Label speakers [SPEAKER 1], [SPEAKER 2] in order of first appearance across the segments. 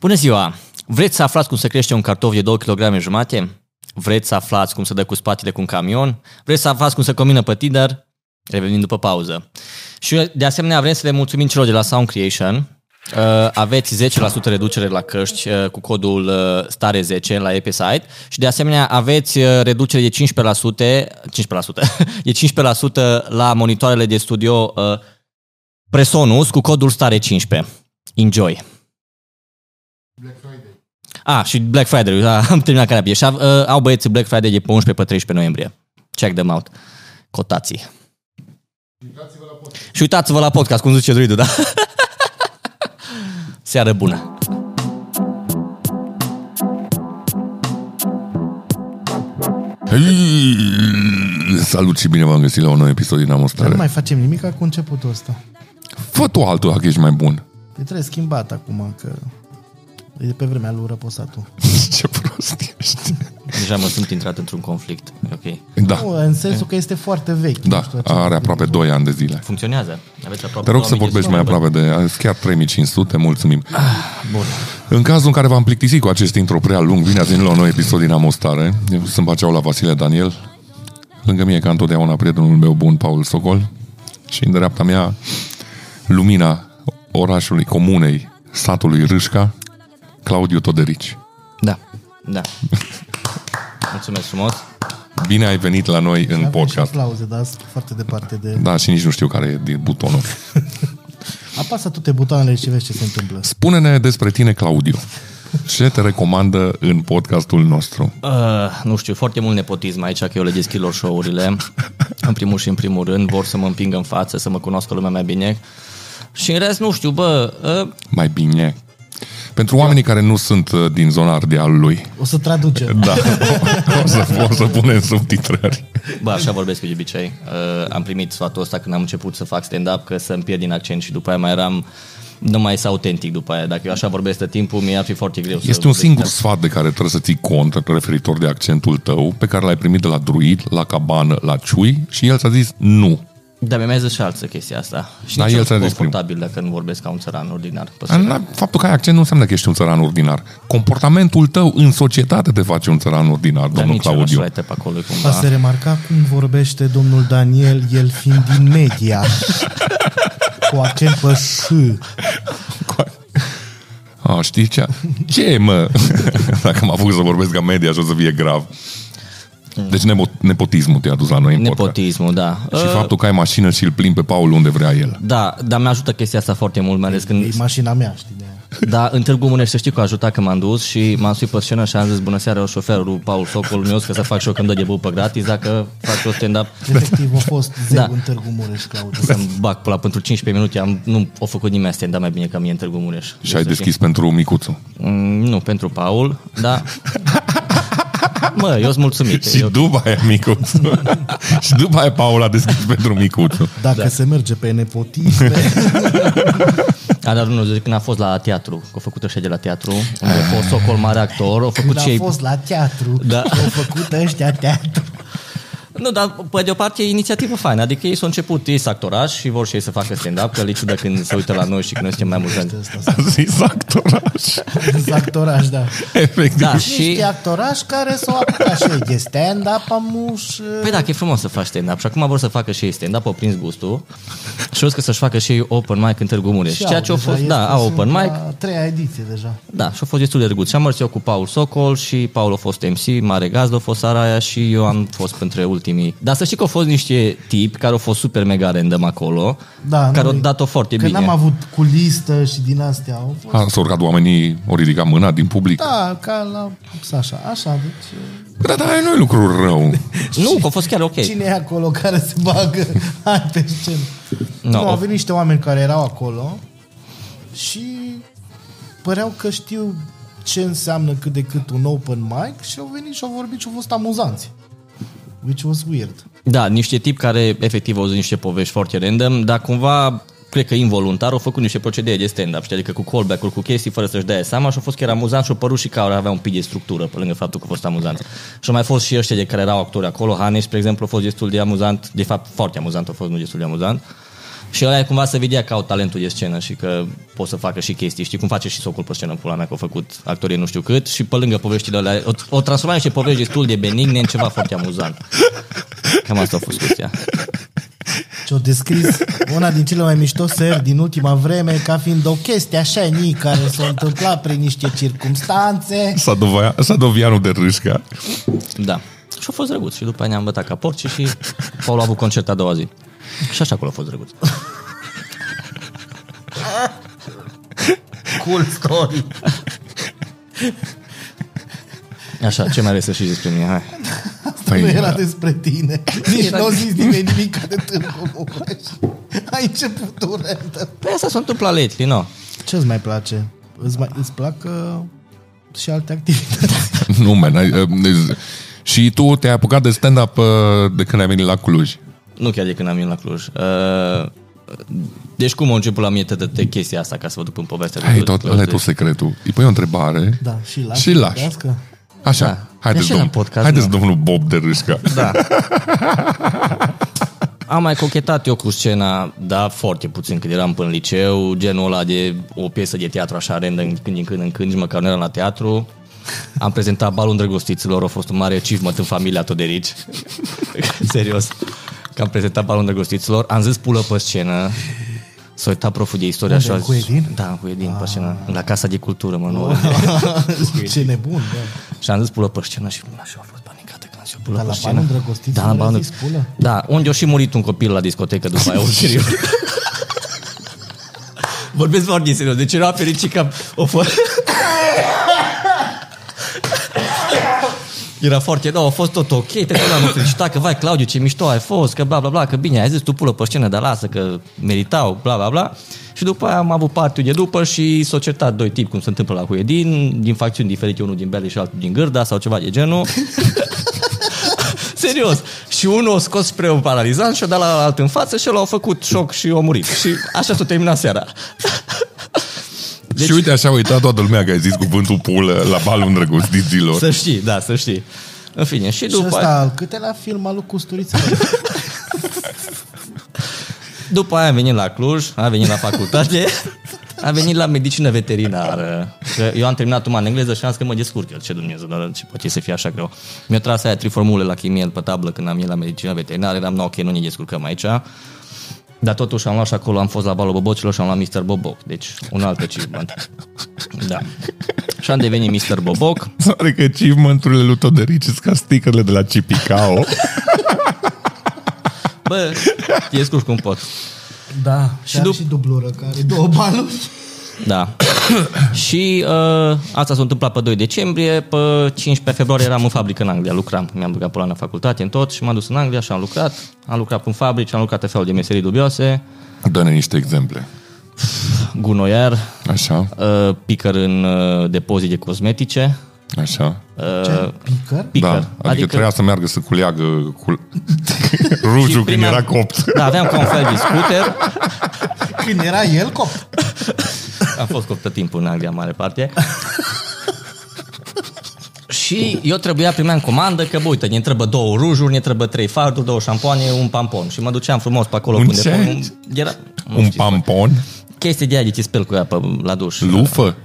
[SPEAKER 1] Bună ziua! Vreți să aflați cum să crește un cartof de 2 kg jumate? Vreți să aflați cum să dă cu spatele cu un camion? Vreți să aflați cum să combină pe Tinder? Revenim după pauză. Și de asemenea vrem să le mulțumim celor de la Sound Creation. Uh, Aveți 10% reducere la căști uh, cu codul uh, STARE10 la EP site și de asemenea aveți uh, reducere de 15%, 15% de 15% la monitoarele de studio uh, Presonus cu codul STARE15. Enjoy!
[SPEAKER 2] Black Friday.
[SPEAKER 1] A, și Black Friday, da, am terminat care abia. Și uh, au băieți Black Friday de pe 11 pe 13 noiembrie. Check them out. Cotații.
[SPEAKER 2] Uitați-vă la podcast.
[SPEAKER 1] Și uitați-vă la podcast, cum zice druidul, da? Seară bună!
[SPEAKER 2] Salut și bine v-am găsit la un nou episod din
[SPEAKER 3] Nu
[SPEAKER 2] Amostare.
[SPEAKER 3] mai facem nimic cu începutul ăsta.
[SPEAKER 2] Fă tu altul dacă ești mai bun.
[SPEAKER 3] E trebuie schimbat acum, că e de pe vremea lui Răposatul.
[SPEAKER 2] Ce prost ești.
[SPEAKER 1] Deja mă simt intrat într-un conflict. E Ok.
[SPEAKER 2] Da,
[SPEAKER 3] Nu, în sensul că este foarte vechi.
[SPEAKER 2] da,
[SPEAKER 3] nu știu, acest-
[SPEAKER 2] are aproape 2 ani de zile.
[SPEAKER 1] Funcționează. Aveți aproape
[SPEAKER 2] Te rog să
[SPEAKER 1] 2000 de
[SPEAKER 2] vorbești mai
[SPEAKER 1] oameni.
[SPEAKER 2] aproape de azi chiar 3500, mulțumim.
[SPEAKER 1] Bun.
[SPEAKER 2] În cazul în care v-am plictisit cu acest intro prea lung, bine ați venit la un nou episod din Amostare. Eu sunt Paceaula Vasile Daniel. Lângă mine, ca întotdeauna, prietenul meu bun, Paul Socol. Și în dreapta mea, lumina orașului, comunei, satului Râșca, Claudiu Toderici.
[SPEAKER 1] Da. Da. Mulțumesc frumos.
[SPEAKER 2] Bine ai venit la noi în
[SPEAKER 3] Avem și
[SPEAKER 2] podcast.
[SPEAKER 3] aplauze, dar sunt foarte departe de...
[SPEAKER 2] Da, și nici nu știu care e din butonul.
[SPEAKER 3] Apasă toate butoanele și vezi ce se întâmplă.
[SPEAKER 2] Spune-ne despre tine, Claudiu. Ce te recomandă în podcastul nostru?
[SPEAKER 1] Uh, nu știu, foarte mult nepotism aici, că eu le deschid lor show-urile. În primul și în primul rând, vor să mă împingă în față, să mă cunoască lumea mai bine. Și în rest, nu știu, bă, uh,
[SPEAKER 2] Mai bine. Pentru oamenii care nu sunt uh, din zona ardealului,
[SPEAKER 3] O să traducem.
[SPEAKER 2] Da, o să, o să punem subtitrări.
[SPEAKER 1] Bă, așa vorbesc eu de obicei. Uh, am primit sfatul ăsta când am început să fac stand-up, că să-mi pierd din accent și după aia mai eram... Nu mai este autentic după aia. Dacă eu așa vorbesc tot timpul, mi-ar fi foarte greu să...
[SPEAKER 2] Este un singur sfat de care trebuie să ții cont referitor de accentul tău, pe care l-ai primit de la druid, la cabană, la ciui și el ți-a zis nu.
[SPEAKER 1] Dar Da, mi-a mai zis și altă chestia asta. Și
[SPEAKER 2] Da,
[SPEAKER 1] nici
[SPEAKER 2] el
[SPEAKER 1] eu nu
[SPEAKER 2] ți-a
[SPEAKER 1] sunt
[SPEAKER 2] zis primul.
[SPEAKER 1] confortabil dacă nu vorbesc ca un țăran ordinar. pe scenă.
[SPEAKER 2] Dar Faptul că ai accent nu înseamnă că ești un țăran ordinar. Comportamentul tău în societate te face un țăran ordinar,
[SPEAKER 1] Dar
[SPEAKER 2] domnul
[SPEAKER 1] Păi, nici eu n-aș
[SPEAKER 2] Claudiu.
[SPEAKER 1] write pe acolo
[SPEAKER 3] A
[SPEAKER 1] cumva.
[SPEAKER 3] se remarca cum vorbește domnul Daniel, el fiind din media. cu accent pe ș.
[SPEAKER 2] A, știi ce? Ce, mă? Dacă m-a făcut să vorbesc ca media, așa o să fie grav. Deci nepo- nepotismul te-a dus la noi în podcast.
[SPEAKER 1] Nepotismul, da.
[SPEAKER 2] Și
[SPEAKER 1] Uh,
[SPEAKER 2] faptul că ai mașină și îl plimbi pe Paul unde vrea el.
[SPEAKER 1] Da, dar mi-ajută chestia asta foarte mult, mai ales când
[SPEAKER 3] E mașina mea, știi de aia.
[SPEAKER 1] Da, în Târgu Mureș să știi că a ajutat că m-am dus și m-am suit pe scenă și am zis bună seara, eu șoferul Paul Socol, mi că să fac și eu când dă de bău pe gratis, dacă fac eu stand-up
[SPEAKER 3] Efectiv, a fost zeu
[SPEAKER 1] Da.
[SPEAKER 3] da. în Târgu Mureș, Claudiu.
[SPEAKER 1] să-mi bag pula pentru 15 minute, am, nu o făcut nimeni stand-up mai bine ca mie în Târgu Mureș.
[SPEAKER 2] Și ai
[SPEAKER 1] Deci,
[SPEAKER 2] deschis pentru micuțul.
[SPEAKER 1] Mm, nu, pentru Paul, da. Mă, eu sunt mulțumit.
[SPEAKER 2] Și
[SPEAKER 1] Eu,
[SPEAKER 2] după aia micuțul. și după aia Paul a deschis pentru micuțul.
[SPEAKER 3] Dacă da. se merge pe nepotisme,
[SPEAKER 1] a, dar nu, zic, când a fost la teatru, că a făcut așa de la teatru, unde a fost Socol mare actor, a făcut
[SPEAKER 3] când
[SPEAKER 1] și
[SPEAKER 3] a
[SPEAKER 1] ei
[SPEAKER 3] fost la teatru,
[SPEAKER 1] Da.
[SPEAKER 3] da. au făcut ăștia teatru.
[SPEAKER 1] Nu, dar pe de o parte e inițiativă faină, adică ei s-au început, ei sunt actorași și vor și ei să facă stand-up, că le e ciudă când se uită la noi și când noi suntem mai mulți ani.
[SPEAKER 2] A zis actoraș.
[SPEAKER 3] Sunt actoraș, da.
[SPEAKER 2] Efectiv.
[SPEAKER 1] Da,
[SPEAKER 3] Și...
[SPEAKER 1] și...
[SPEAKER 3] Niște actoraș care s-au apucat și ei de stand-up, amuș...
[SPEAKER 1] Păi dacă e frumos să faci stand-up și acum vor să facă și ei stand-up, au prins gustul și o să să-și facă și ei open mic în Târgu Mureș. Ceea ce au fost, da, au open mic,
[SPEAKER 3] A treia ediție deja.
[SPEAKER 1] da, și a fost destul de drăguț. Și am mers eu cu Paul Socol și Paul a fost MC, mare gazdă a fost seara aia și eu am fost printre ultimii. Dar să știi că au fost niște tipi care au fost super mega random acolo,
[SPEAKER 3] Da,
[SPEAKER 1] care au
[SPEAKER 3] nu-i-
[SPEAKER 1] dat-o foarte
[SPEAKER 3] Că
[SPEAKER 1] bine.
[SPEAKER 3] n-am avut cu listă și din astea. Au fost...
[SPEAKER 2] A, s-au urcat oamenii, au ridicat mâna din public. Da.
[SPEAKER 3] Da, ca la... Așa, așa, deci...
[SPEAKER 2] Dar da, nu e lucru rău.
[SPEAKER 1] Nu, că a fost chiar ok.
[SPEAKER 3] Cine e acolo care se bagă? Hai pe scenă.
[SPEAKER 1] No.
[SPEAKER 3] No. Nu, au venit niște oameni care erau acolo și păreau că știu ce înseamnă cât de cât un open mic și au venit și au vorbit și au fost amuzanți. Which was weird.
[SPEAKER 1] Da, niște tipi care efectiv au zis niște povești foarte random, dar cumva cred că involuntar au făcut niște procedee de stand-up, știi? adică cu callback-uri, cu chestii fără să-și dea seama și a fost chiar amuzant și a părut și că avea un pic de structură pe lângă faptul că a fost amuzant. Și au mai fost și ăștia de care erau actori acolo, Hanes, spre exemplu, a fost destul de amuzant, de fapt foarte amuzant, a fost nu destul de amuzant. Și ăla cumva să vedea că au talentul de scenă și că pot să facă și chestii. Știi cum face și Socol pe scenă, pula mea, că au făcut actorii nu știu cât și pe lângă poveștile alea, o, o transformare și povești destul de benigne în ceva foarte amuzant. Cam asta a fost chestia.
[SPEAKER 3] Ce-o descris una din cele mai mișto seri din ultima vreme ca fiind o chestie așa ni care s-a întâmplat prin niște circumstanțe.
[SPEAKER 2] Sadovia, Sadovianu de Râșca.
[SPEAKER 1] Da. Și a fost drăguț. Și după aia ne-am bătat ca porci și Paul a avut concert a doua zi. Și așa acolo a fost drăguț.
[SPEAKER 3] Cool story.
[SPEAKER 1] Așa, ce mai are să și despre mine? Hai.
[SPEAKER 3] Asta nu era despre tine. Nici nu a zis nimeni nimic de târgu Mureș. Ai început urâtă.
[SPEAKER 1] Păi asta s-a întâmplat lately, nu?
[SPEAKER 3] Ce îți mai place? Îți, mai, îți plac uh, și alte activități?
[SPEAKER 2] Nu, man. ai- uh, deci- Și tu te-ai apucat de stand-up uh, de când ai venit la Cluj.
[SPEAKER 1] Nu chiar de când am venit la Cluj. Uh, deci cum a început la mine de, de chestia asta, ca să vă duc în povestea? de
[SPEAKER 2] Hai,
[SPEAKER 1] tot-
[SPEAKER 2] tot, ăla e tot secretul. Îi pui o întrebare.
[SPEAKER 3] Da, și lași.
[SPEAKER 2] Și lași.
[SPEAKER 3] Crească.
[SPEAKER 2] Așa.
[SPEAKER 1] Da.
[SPEAKER 2] Haideți,
[SPEAKER 1] Așa e la
[SPEAKER 2] domn,
[SPEAKER 1] podcast, da.
[SPEAKER 2] haideți
[SPEAKER 1] nu?
[SPEAKER 2] domnul Bob de Râșca.
[SPEAKER 1] Da. Am mai cochetat eu cu scena, da, foarte puțin, când eram până în liceu, genul ăla de o piesă de teatru așa random, când din când în când, nici măcar nu eram la teatru. Am prezentat balul îndrăgostiților, a fost un mare achievement în familia Toderici. Serios. Că am prezentat balul îndrăgostiților, am zis pulă pe scenă, S-a uitat proful de istorie
[SPEAKER 3] Unde,
[SPEAKER 1] așa. a
[SPEAKER 3] cu
[SPEAKER 1] zis-
[SPEAKER 3] Edin?
[SPEAKER 1] Da, cu Edin pe scenă. La Casa de Cultură, mă, nu.
[SPEAKER 3] Ce nebun, da.
[SPEAKER 1] Și am zis pulă pe scenă și lumea și-a fost panicată când am zis pulă
[SPEAKER 3] Dar
[SPEAKER 1] pe
[SPEAKER 3] la
[SPEAKER 1] scenă.
[SPEAKER 3] Banul Drăgostiț
[SPEAKER 1] da, la
[SPEAKER 3] nu le-a
[SPEAKER 1] banul...
[SPEAKER 3] zis pulă?
[SPEAKER 1] Da, unde a și murit un copil la discotecă după aia ulterior. Vorbesc foarte serios, deci era fericit că o fost... Era foarte, da, a fost tot ok, te la mă felicita că vai Claudiu, ce mișto ai fost, că bla bla bla, că bine, ai zis tu pulă pe scenă, dar lasă că meritau, bla bla bla. Și după aia am avut partea de după și s-au certat doi tipi, cum se întâmplă la Huedin, din facțiuni diferite, unul din Bele și altul din Gârda sau ceva de genul. Serios. Și unul a scos spre un paralizant și a dat la alt în față și l-au făcut șoc și a murit. Și așa s-a terminat seara.
[SPEAKER 2] Deci... Și uite, așa a uitat toată lumea că ai zis cuvântul pulă la balul îndrăgostiților.
[SPEAKER 1] Să știi, da, să știi. În fine, și
[SPEAKER 3] Și
[SPEAKER 1] după...
[SPEAKER 3] ăsta, al câtelea film al lui Custuriță?
[SPEAKER 1] După aia am venit la Cluj, am venit la facultate, am venit la medicină veterinară. Că eu am terminat uma în engleză și am zis că mă descurc eu, ce Dumnezeu, dar ce poate să fie așa greu. Mi-a tras aia triformule la chimie pe tablă când am venit la medicină veterinară, eram, no, ok, nu ne descurcăm aici. Dar totuși am luat și acolo, am fost la balul bobocilor și am luat Mr. Boboc, deci un alt achievement. Da. Și am devenit Mr. Boboc.
[SPEAKER 2] Pare că achievement-urile lui Toderici sunt ca stickerele de la Cipicao.
[SPEAKER 1] Bă, descurc cum pot.
[SPEAKER 3] da, și,
[SPEAKER 1] dup-
[SPEAKER 3] și dublură, care are două baluri.
[SPEAKER 1] Da. și uh, asta s-a întâmplat pe 2 decembrie, pe 15 februarie eram în fabrică în Anglia, lucram, mi-am băgat pula la facultate în tot și m-am dus în Anglia și am lucrat, am lucrat în fabrici, am lucrat în felul de meserii dubioase,
[SPEAKER 2] Dă-ne niște exemple.
[SPEAKER 1] gunoiar,
[SPEAKER 2] Așa,
[SPEAKER 1] uh, picăr în uh, depozite cosmetice,
[SPEAKER 2] așa.
[SPEAKER 3] Ce? Picker?
[SPEAKER 1] picăr.
[SPEAKER 2] Da, adică, adică trebuia să meargă să culeagă cu...
[SPEAKER 1] Și
[SPEAKER 2] rujul când
[SPEAKER 1] primeam-
[SPEAKER 2] era copt.
[SPEAKER 1] Da, aveam ca un fel de scooter,
[SPEAKER 3] Când era el cop.
[SPEAKER 1] Am fost copt tot timpul în Anglia, în mare parte. Și eu trebuia, primeam comandă că, bă, uite, ne trebuie două rujuri, ne trebuie trei farduri, două șampoane, un pampon. Și mă duceam frumos pe acolo.
[SPEAKER 2] Un
[SPEAKER 1] unde
[SPEAKER 2] ce?
[SPEAKER 1] Era nu
[SPEAKER 2] Un
[SPEAKER 1] știu,
[SPEAKER 2] pampon,
[SPEAKER 1] chestie de aia de te speli cu ea pe, la duș.
[SPEAKER 2] lufă.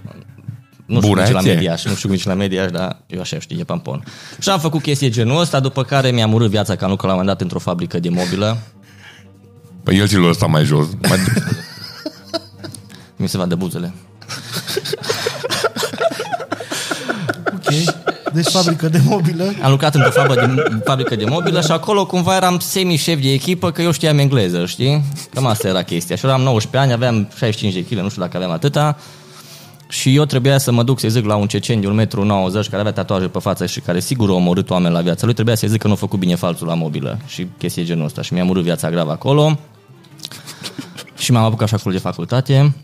[SPEAKER 1] nu știu nici la
[SPEAKER 2] Burețe?
[SPEAKER 1] mediaș, nu știu nici la mediaș, dar eu așa știu, e pampon. Și am făcut chestii genul ăsta, după care mi-am urât viața că am lucrat la un moment dat într-o fabrică de mobilă.
[SPEAKER 2] Păi el și l ăsta mai jos. Mai...
[SPEAKER 1] Mi se vadă buzele.
[SPEAKER 3] Ok. Deci fabrică de mobilă.
[SPEAKER 1] Am lucrat într-o fabrică de, fabrică de mobilă și acolo cumva eram semi-șef de echipă că eu știam engleză, știi? Cam asta era chestia. Și eu eram 19 ani, aveam 65 de kg, nu știu dacă aveam atâta. Și eu trebuia să mă duc să-i zic la un cecen de 1,90 m care avea tatuaje pe față și care sigur a omorât oameni la viața lui, trebuia să-i zic că nu a făcut bine falsul la mobilă și chestii genul ăsta. Și mi-am urât viața gravă acolo. Și m-am apucat și acolo de facultate.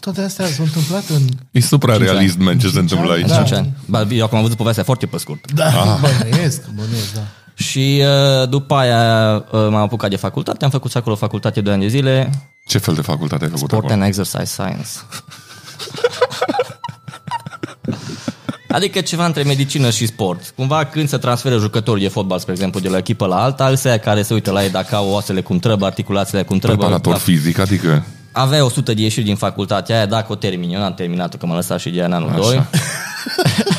[SPEAKER 3] Toate astea s-au întâmplat în...
[SPEAKER 2] E suprarealist, man, ce se întâmplă aici.
[SPEAKER 3] Da.
[SPEAKER 1] Da. Ba, eu acum am văzut povestea foarte pe scurt.
[SPEAKER 3] Da, bănuiesc, bănuiesc, da.
[SPEAKER 1] Și uh, după aia uh, m-am apucat de facultate, am făcut și acolo facultate 2 ani de zile,
[SPEAKER 2] Ce fel de facultate ai făcut
[SPEAKER 1] Sport
[SPEAKER 2] acolo?
[SPEAKER 1] and Exercise Science. Adică ceva între medicină și sport. Cumva când se transferă jucătorii de fotbal, spre exemplu, de la echipă la alta, alții care se uită la ei dacă au oasele cum trebuie, articulațiile cum trebuie. da.
[SPEAKER 2] Preparator
[SPEAKER 1] dacă-
[SPEAKER 2] fizic, adică...
[SPEAKER 1] Avea 100 de ieșiri din facultatea aia, dacă o termin. Eu n-am terminat-o, că m-am lăsat și de ea în anul
[SPEAKER 2] Așa.
[SPEAKER 1] 2.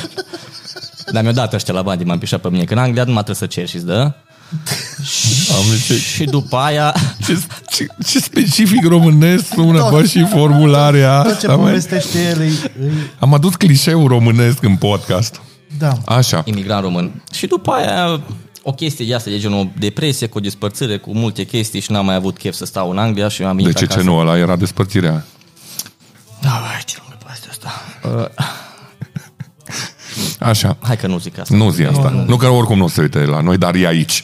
[SPEAKER 1] Dar mi-a dat ăștia la bani, m-am pișat pe mine, că în Anglia nu mai trebuie să ceri și-ți dă.
[SPEAKER 2] Am
[SPEAKER 1] și după aia
[SPEAKER 2] ce, ce, ce specific românesc sună, bă, și formularea
[SPEAKER 3] Tot ce
[SPEAKER 2] asta, Da, mă.
[SPEAKER 3] povestește el îi, îi...
[SPEAKER 2] Am adus clișeul românesc în podcast.
[SPEAKER 3] Da.
[SPEAKER 2] Așa.
[SPEAKER 1] imigrant român. Și după aia o chestie de asta, de genul depresie, cu despărțire, cu multe chestii și n-am mai avut chef să stau în Anglia și am venit
[SPEAKER 2] De ce
[SPEAKER 1] acasă.
[SPEAKER 2] ce nu? Ăla era despărțirea.
[SPEAKER 1] Da, bă, ce lungă povestea asta.
[SPEAKER 2] Așa.
[SPEAKER 1] Hai că nu zic asta.
[SPEAKER 2] Nu zi asta. Nu că oricum nu se uite la noi, dar e aici.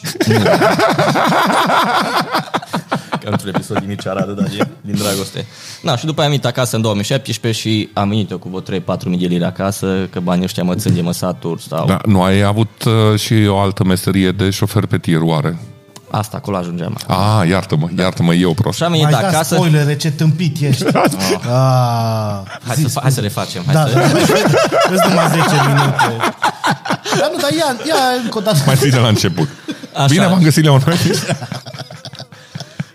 [SPEAKER 1] Că într-un episod din Mircea Radu, dar din, din dragoste. Na, și după aia am venit acasă în 2017 și am venit eu cu vreo 3-4 mii de lire acasă, că banii ăștia mă țin de măsaturi sau... Da.
[SPEAKER 2] Da, nu ai avut uh, și o altă meserie de șofer pe tir, oare?
[SPEAKER 1] Asta, acolo ajungeam.
[SPEAKER 2] A, iartă-mă, iartă-mă, eu prost.
[SPEAKER 1] Și am venit
[SPEAKER 3] Mai da
[SPEAKER 1] acasă...
[SPEAKER 3] spoilere, ce tâmpit ești. Ah,
[SPEAKER 1] Hai
[SPEAKER 3] zi,
[SPEAKER 1] să, hai să refacem. Hai
[SPEAKER 3] Da,
[SPEAKER 1] să...
[SPEAKER 3] da. Îți numai 10 minute. Dar Da, nu, dar ia, ia încă o dată.
[SPEAKER 2] Mai ții de la început.
[SPEAKER 1] Așa.
[SPEAKER 2] Bine v-am găsit, Leon.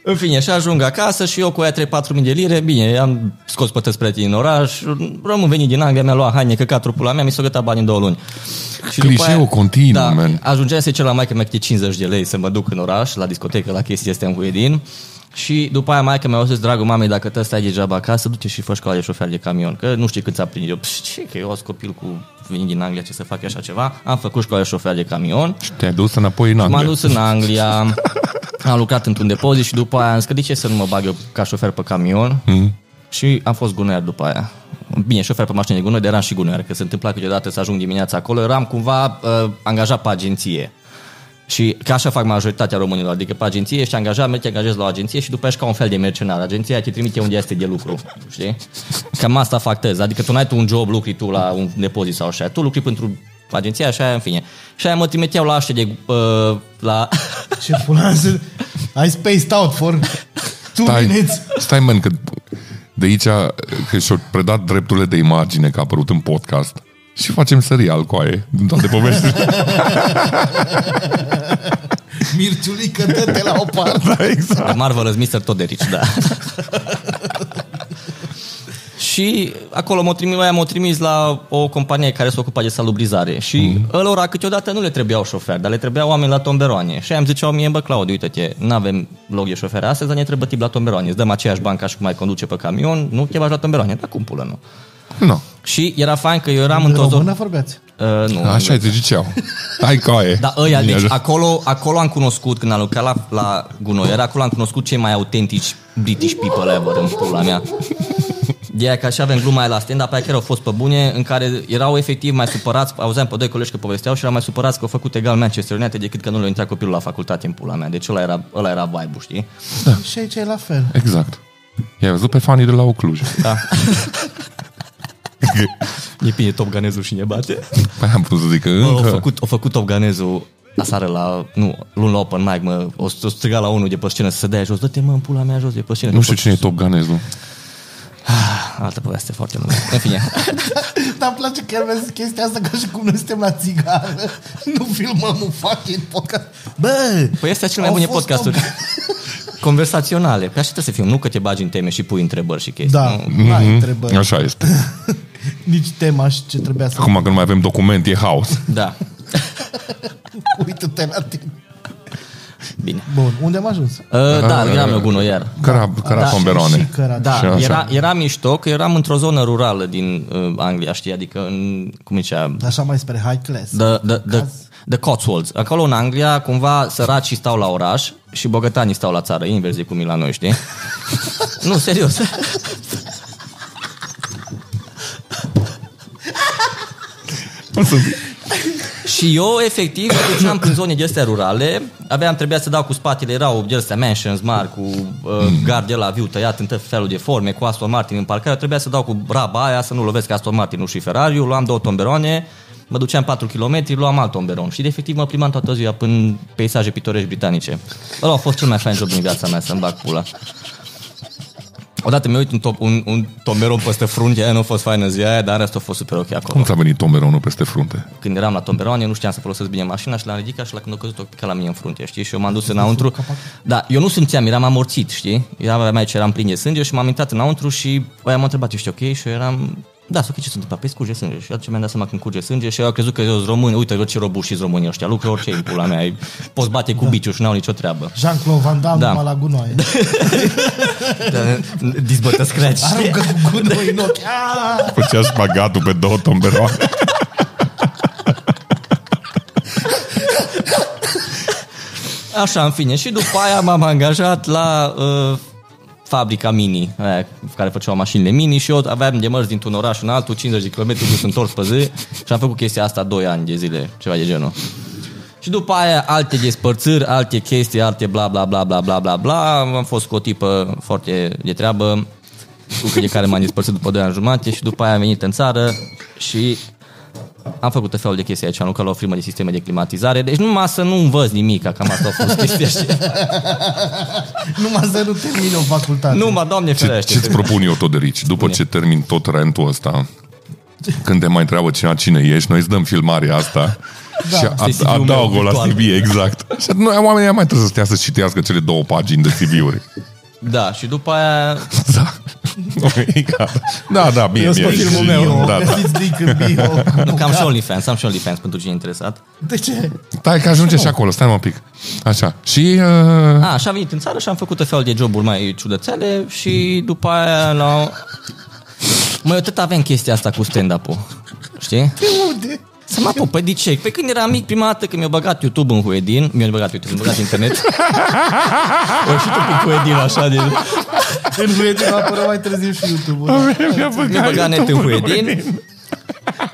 [SPEAKER 1] În fine, și ajung acasă și eu cu aia 3-4 mii de lire, bine, am scos pătăți prieteni în oraș, rămân venit din Anglia, mi-a luat haine, că trupul la mea, mi s-a gătat bani în două luni. Și după
[SPEAKER 2] Clișeu continuu,
[SPEAKER 1] da,
[SPEAKER 2] man.
[SPEAKER 1] Ajungeam să cer la maică mea câte 50 de lei să mă duc în oraș, la discotecă, la chestii astea în Huedin. Și după aia maica mi-a zis, dragul mamei, dacă te stai degeaba acasă, du-te și fă școala de șofer de camion, că nu știi cât ți-a prins. Eu, "Pș, ce, că eu sunt copil cu venit din Anglia, ce să fac eu așa ceva. Am făcut școala de șofer de camion.
[SPEAKER 2] Te-ai dus înapoi în
[SPEAKER 1] M-am
[SPEAKER 2] Anglia.
[SPEAKER 1] dus în Anglia, am lucrat într-un depozit și după aia am zis că de ce să nu mă bag eu ca șofer pe camion mm. și am fost gunoiar după aia. Bine, șofer pe mașină de gunoi, dar eram și gunoiar, că se întâmpla câteodată să ajung dimineața acolo, eram cumva uh, angajat pe agenție. Și că așa fac majoritatea românilor, adică pe agenție ești angajat, mergi, te angajezi la o agenție și după ești ca un fel de mercenar. Agenția te trimite unde este de lucru, știi? Cam asta fac tăzi. Adică tu n-ai tu un job, lucri tu la un depozit sau așa, tu lucri pentru agenția așa, în fine. Și aia mă trimiteau la așa de... Uh, la...
[SPEAKER 3] Ce pula să... Ai spaced out for two
[SPEAKER 2] Stai,
[SPEAKER 3] minutes.
[SPEAKER 2] stai mă, că de aici că și-au predat drepturile de imagine că a apărut în podcast. Și facem serial cu aia, din toate poveștile.
[SPEAKER 3] Mirciulică, dă-te la o parte.
[SPEAKER 2] da, exact.
[SPEAKER 1] The Marvelous Mr. Toderici, da. și acolo m-au trimis, aia m-au trimis la o companie care se ocupa de salubrizare și
[SPEAKER 3] Mhm.
[SPEAKER 1] mm. ălora câteodată nu le trebuiau șoferi, dar le trebuiau oameni la tomberoane. Și am ziceau mie, bă, Claudiu, uite-te, nu avem loc de șofer astăzi, dar ne trebuie tip la tomberoane. Îți dăm aceeași bancă ca și cum ai conduce pe camion, nu te bagi la tomberoane. Dar cum pulă, nu?
[SPEAKER 2] No.
[SPEAKER 1] Și era fain că eu eram
[SPEAKER 3] În
[SPEAKER 1] într-o zonă...
[SPEAKER 3] română Ah, vorbeați.
[SPEAKER 1] Uh, nu,
[SPEAKER 2] Așa îi ziceau. Hai cu aia.
[SPEAKER 1] da, ăia,
[SPEAKER 2] Bine,
[SPEAKER 1] deci
[SPEAKER 2] așa.
[SPEAKER 1] acolo, acolo am cunoscut, când am lucrat la, la gunoier, acolo am cunoscut cei mai autentici British people ever în pula mea. De aia că așa avem gluma aia la stand-up, aia chiar au fost pe bune, în care erau efectiv mai supărați, auzeam pe doi colegi că povesteau și erau mai supărați că au făcut egal Manchester United decât că nu le-a intrat copilul la facultate în pula mea. Deci ăla era, ăla era vibe știi?
[SPEAKER 3] Și aici e la fel.
[SPEAKER 2] Exact. I-ai văzut pe fanii de la Ocluj.
[SPEAKER 1] Da. Depinde top ganezul și ne bate.
[SPEAKER 2] Păi am putut să zic că
[SPEAKER 1] Bă, au
[SPEAKER 2] încă...
[SPEAKER 1] făcut, au făcut Topganezul aseară la, nu, luni la open mic, mă, o, o striga la unul de pe scenă să se dea jos, dă-te mă în pula mea jos de pe scenă.
[SPEAKER 2] Nu știu cine e Top Ganezul.
[SPEAKER 1] Altă poveste foarte lungă. În fine.
[SPEAKER 3] Dar îmi place că el vezi chestia asta ca și cum noi suntem la țigară. Nu filmăm un fucking podcast. Bă!
[SPEAKER 1] Păi astea cele mai
[SPEAKER 3] Au
[SPEAKER 1] bune
[SPEAKER 3] fost
[SPEAKER 1] podcasturi. Conversaționale. Pe așa trebuie să fim, nu că te bagi în teme și pui întrebări și chestii.
[SPEAKER 3] Da,
[SPEAKER 1] Nu.
[SPEAKER 3] nu ai întrebări.
[SPEAKER 2] Așa este.
[SPEAKER 3] Nici tema și ce trebuia să...
[SPEAKER 2] Acum că nu mai avem document, e haos.
[SPEAKER 1] Da.
[SPEAKER 3] Uită-te la tine.
[SPEAKER 1] Bine.
[SPEAKER 3] Bun, unde am ajuns?
[SPEAKER 1] Uh, da, eram eu gunoiar.
[SPEAKER 2] Carab,
[SPEAKER 1] Da,
[SPEAKER 2] carab
[SPEAKER 1] și-
[SPEAKER 2] tomberoane.
[SPEAKER 3] și cărat.
[SPEAKER 1] Da,
[SPEAKER 2] Și așa.
[SPEAKER 1] era, era mișto că eram într-o zonă rurală din uh, Anglia, știi, adică în, cum zicea,
[SPEAKER 3] Așa mai spre high class.
[SPEAKER 1] The, the, the, the Cotswolds. Acolo în Anglia, cumva, săracii stau la oraș și bogătanii stau la țară. Invers e cum e la noi, știi? nu, serios. și eu, efectiv, mă duceam prin zone de astea rurale. Aveam, trebuia să dau cu spatele, erau de astea mansions mari, cu uh, gard de la viu tăiat în tot felul de forme, cu Aston Martin în parcare. Trebuia să dau cu raba aia, să nu lovesc Aston Martin și Ferrari. Luam două tomberoane, mă duceam 4 km, luam alt tomberon și efectiv mă plimbam toată ziua până peisaje pitorești britanice. Ăla a fost cel mai fain job din viața mea să-mi bag pula. Odată mi-a uit un, top, un, un tomeron peste frunte, aia nu a fost faină ziua aia, dar restul a fost super ok acolo.
[SPEAKER 2] Cum ți-a venit tomeronul peste frunte?
[SPEAKER 1] Când eram la tomberon, eu nu știam să folosesc bine mașina și l-am ridicat și la când a căzut o pică la mine în frunte, știi? Și eu m-am dus înăuntru. Da, eu nu simțeam, eram amorțit, știi? Era mai ce eram plin de sânge și m-am intrat înăuntru și aia m-a întrebat, ești ok? Și eu eram da, sunt ok, ce se întâmplă? Păi curge sânge. Și atunci mi-am dat seama când curge sânge și eu am crezut că eu sunt român. Uite, eu ce robuși sunt românii ăștia. Lucră orice în pula mea. Îi Poți bate cu biciu și n-au nicio treabă.
[SPEAKER 3] Jean-Claude Van Damme
[SPEAKER 1] Da.
[SPEAKER 3] da. la gunoaie. Da.
[SPEAKER 1] Dizbătă scratch.
[SPEAKER 3] Aruncă cu gunoi în ochi. Ah, Aaaa!
[SPEAKER 2] Făcea spagatul pe două tomberoane.
[SPEAKER 1] Așa, în fine. Și după aia m-am angajat la uh, fabrica Mini, aia care făceau mașinile Mini și eu aveam de mers dintr-un oraș în altul, 50 de km, dus întors pe zi și am făcut chestia asta 2 ani de zile, ceva de genul. Și după aia alte despărțiri, alte chestii, alte bla bla bla bla bla bla bla. Am fost cu o tipă foarte de treabă, cu de care m-am despărțit după 2 ani jumate și după aia am venit în țară și am făcut tot felul de chestii aici, am lucrat la o firmă de sisteme de climatizare, deci numai să nu învăț nimic, cam asta a fost chestia și
[SPEAKER 3] Numai să nu termine o facultate.
[SPEAKER 1] Nu, mă, doamne
[SPEAKER 2] Ce,
[SPEAKER 1] ferește.
[SPEAKER 2] ce-ți propun eu, Todorici? După ce termin tot rentul ăsta, când te mai întreabă cine, cine ești, noi îți dăm filmarea asta da, și
[SPEAKER 1] Asta e
[SPEAKER 2] ad-
[SPEAKER 1] CV-ul meu
[SPEAKER 2] adaug-o la
[SPEAKER 1] virtual.
[SPEAKER 2] CV, exact. Și noi, oamenii ăia mai trebuie să stea să citească cele două pagini de CV-uri.
[SPEAKER 1] Da, și după aia...
[SPEAKER 2] Da. Ok, gata. Da, da, bine,
[SPEAKER 3] Eu
[SPEAKER 2] bine.
[SPEAKER 3] sunt filmul
[SPEAKER 2] Și-
[SPEAKER 3] meu.
[SPEAKER 2] Da, da.
[SPEAKER 3] Găsiți link în bio. Da.
[SPEAKER 1] Nu, că am și OnlyFans, am și OnlyFans pentru cine e interesat.
[SPEAKER 3] De ce?
[SPEAKER 2] Stai că ajunge și acolo, stai mă un pic. Așa. Și uh,
[SPEAKER 1] A, și am venit în țară și am făcut tot felul de joburi mai ciudățele și după aia la... Măi, eu tot aveam chestia asta cu stand-up-ul. Știi?
[SPEAKER 3] De unde?
[SPEAKER 1] Să mă apuc, păi de ce? Păi când eram mic, prima dată când mi-a băgat YouTube în Huedin, mi-a băgat YouTube, mi-a băgat internet. O ieșit un pic Huedin așa de...
[SPEAKER 3] În Huedin a apărut mai târziu și YouTube-ul. Da.
[SPEAKER 2] mi-a
[SPEAKER 1] Mi-a băgat net în Huedin.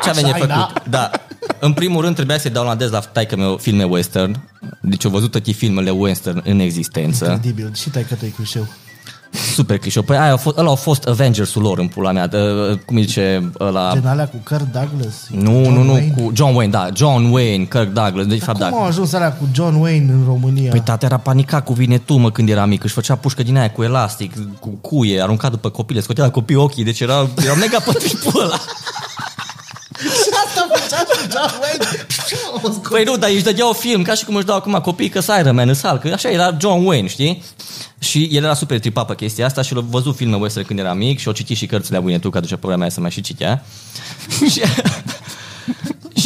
[SPEAKER 1] Ce avem de
[SPEAKER 3] China.
[SPEAKER 1] făcut? Da. În primul rând trebuia să-i downloadez la taică meu filme western. Deci au văzut toate filmele western în existență.
[SPEAKER 3] Incredibil. Și tai că tăi cu șeu.
[SPEAKER 1] Super clișeu. Păi aia a fost, ăla a fost Avengers-ul lor în pula mea. De, cum îi zice ăla...
[SPEAKER 3] Gen alea cu Kirk Douglas.
[SPEAKER 1] Nu,
[SPEAKER 3] John
[SPEAKER 1] nu, nu,
[SPEAKER 3] Wayne.
[SPEAKER 1] cu John Wayne, da, John Wayne, Kirk Douglas, de fapt,
[SPEAKER 3] Cum
[SPEAKER 1] da.
[SPEAKER 3] au ajuns alea cu John Wayne în România?
[SPEAKER 1] Păi tata era panicat cu vine tu, mă, când era mic, își făcea pușcă din aia cu elastic, cu cuie, arunca după copile, scotea la copii ochii, deci era, era mega pătripul ăla.
[SPEAKER 3] asta făcea și John Wayne. O sco-
[SPEAKER 1] Păi nu, dar își dădeau film, ca și cum își dau acum copii că Iron Man, îs Hulk, așa era John Wayne, știi? Și el era super tripat pe chestia asta și l-a văzut filme western când era mic și o citit și cărțile lui Netuca, deci problema aia să mai și citea. și,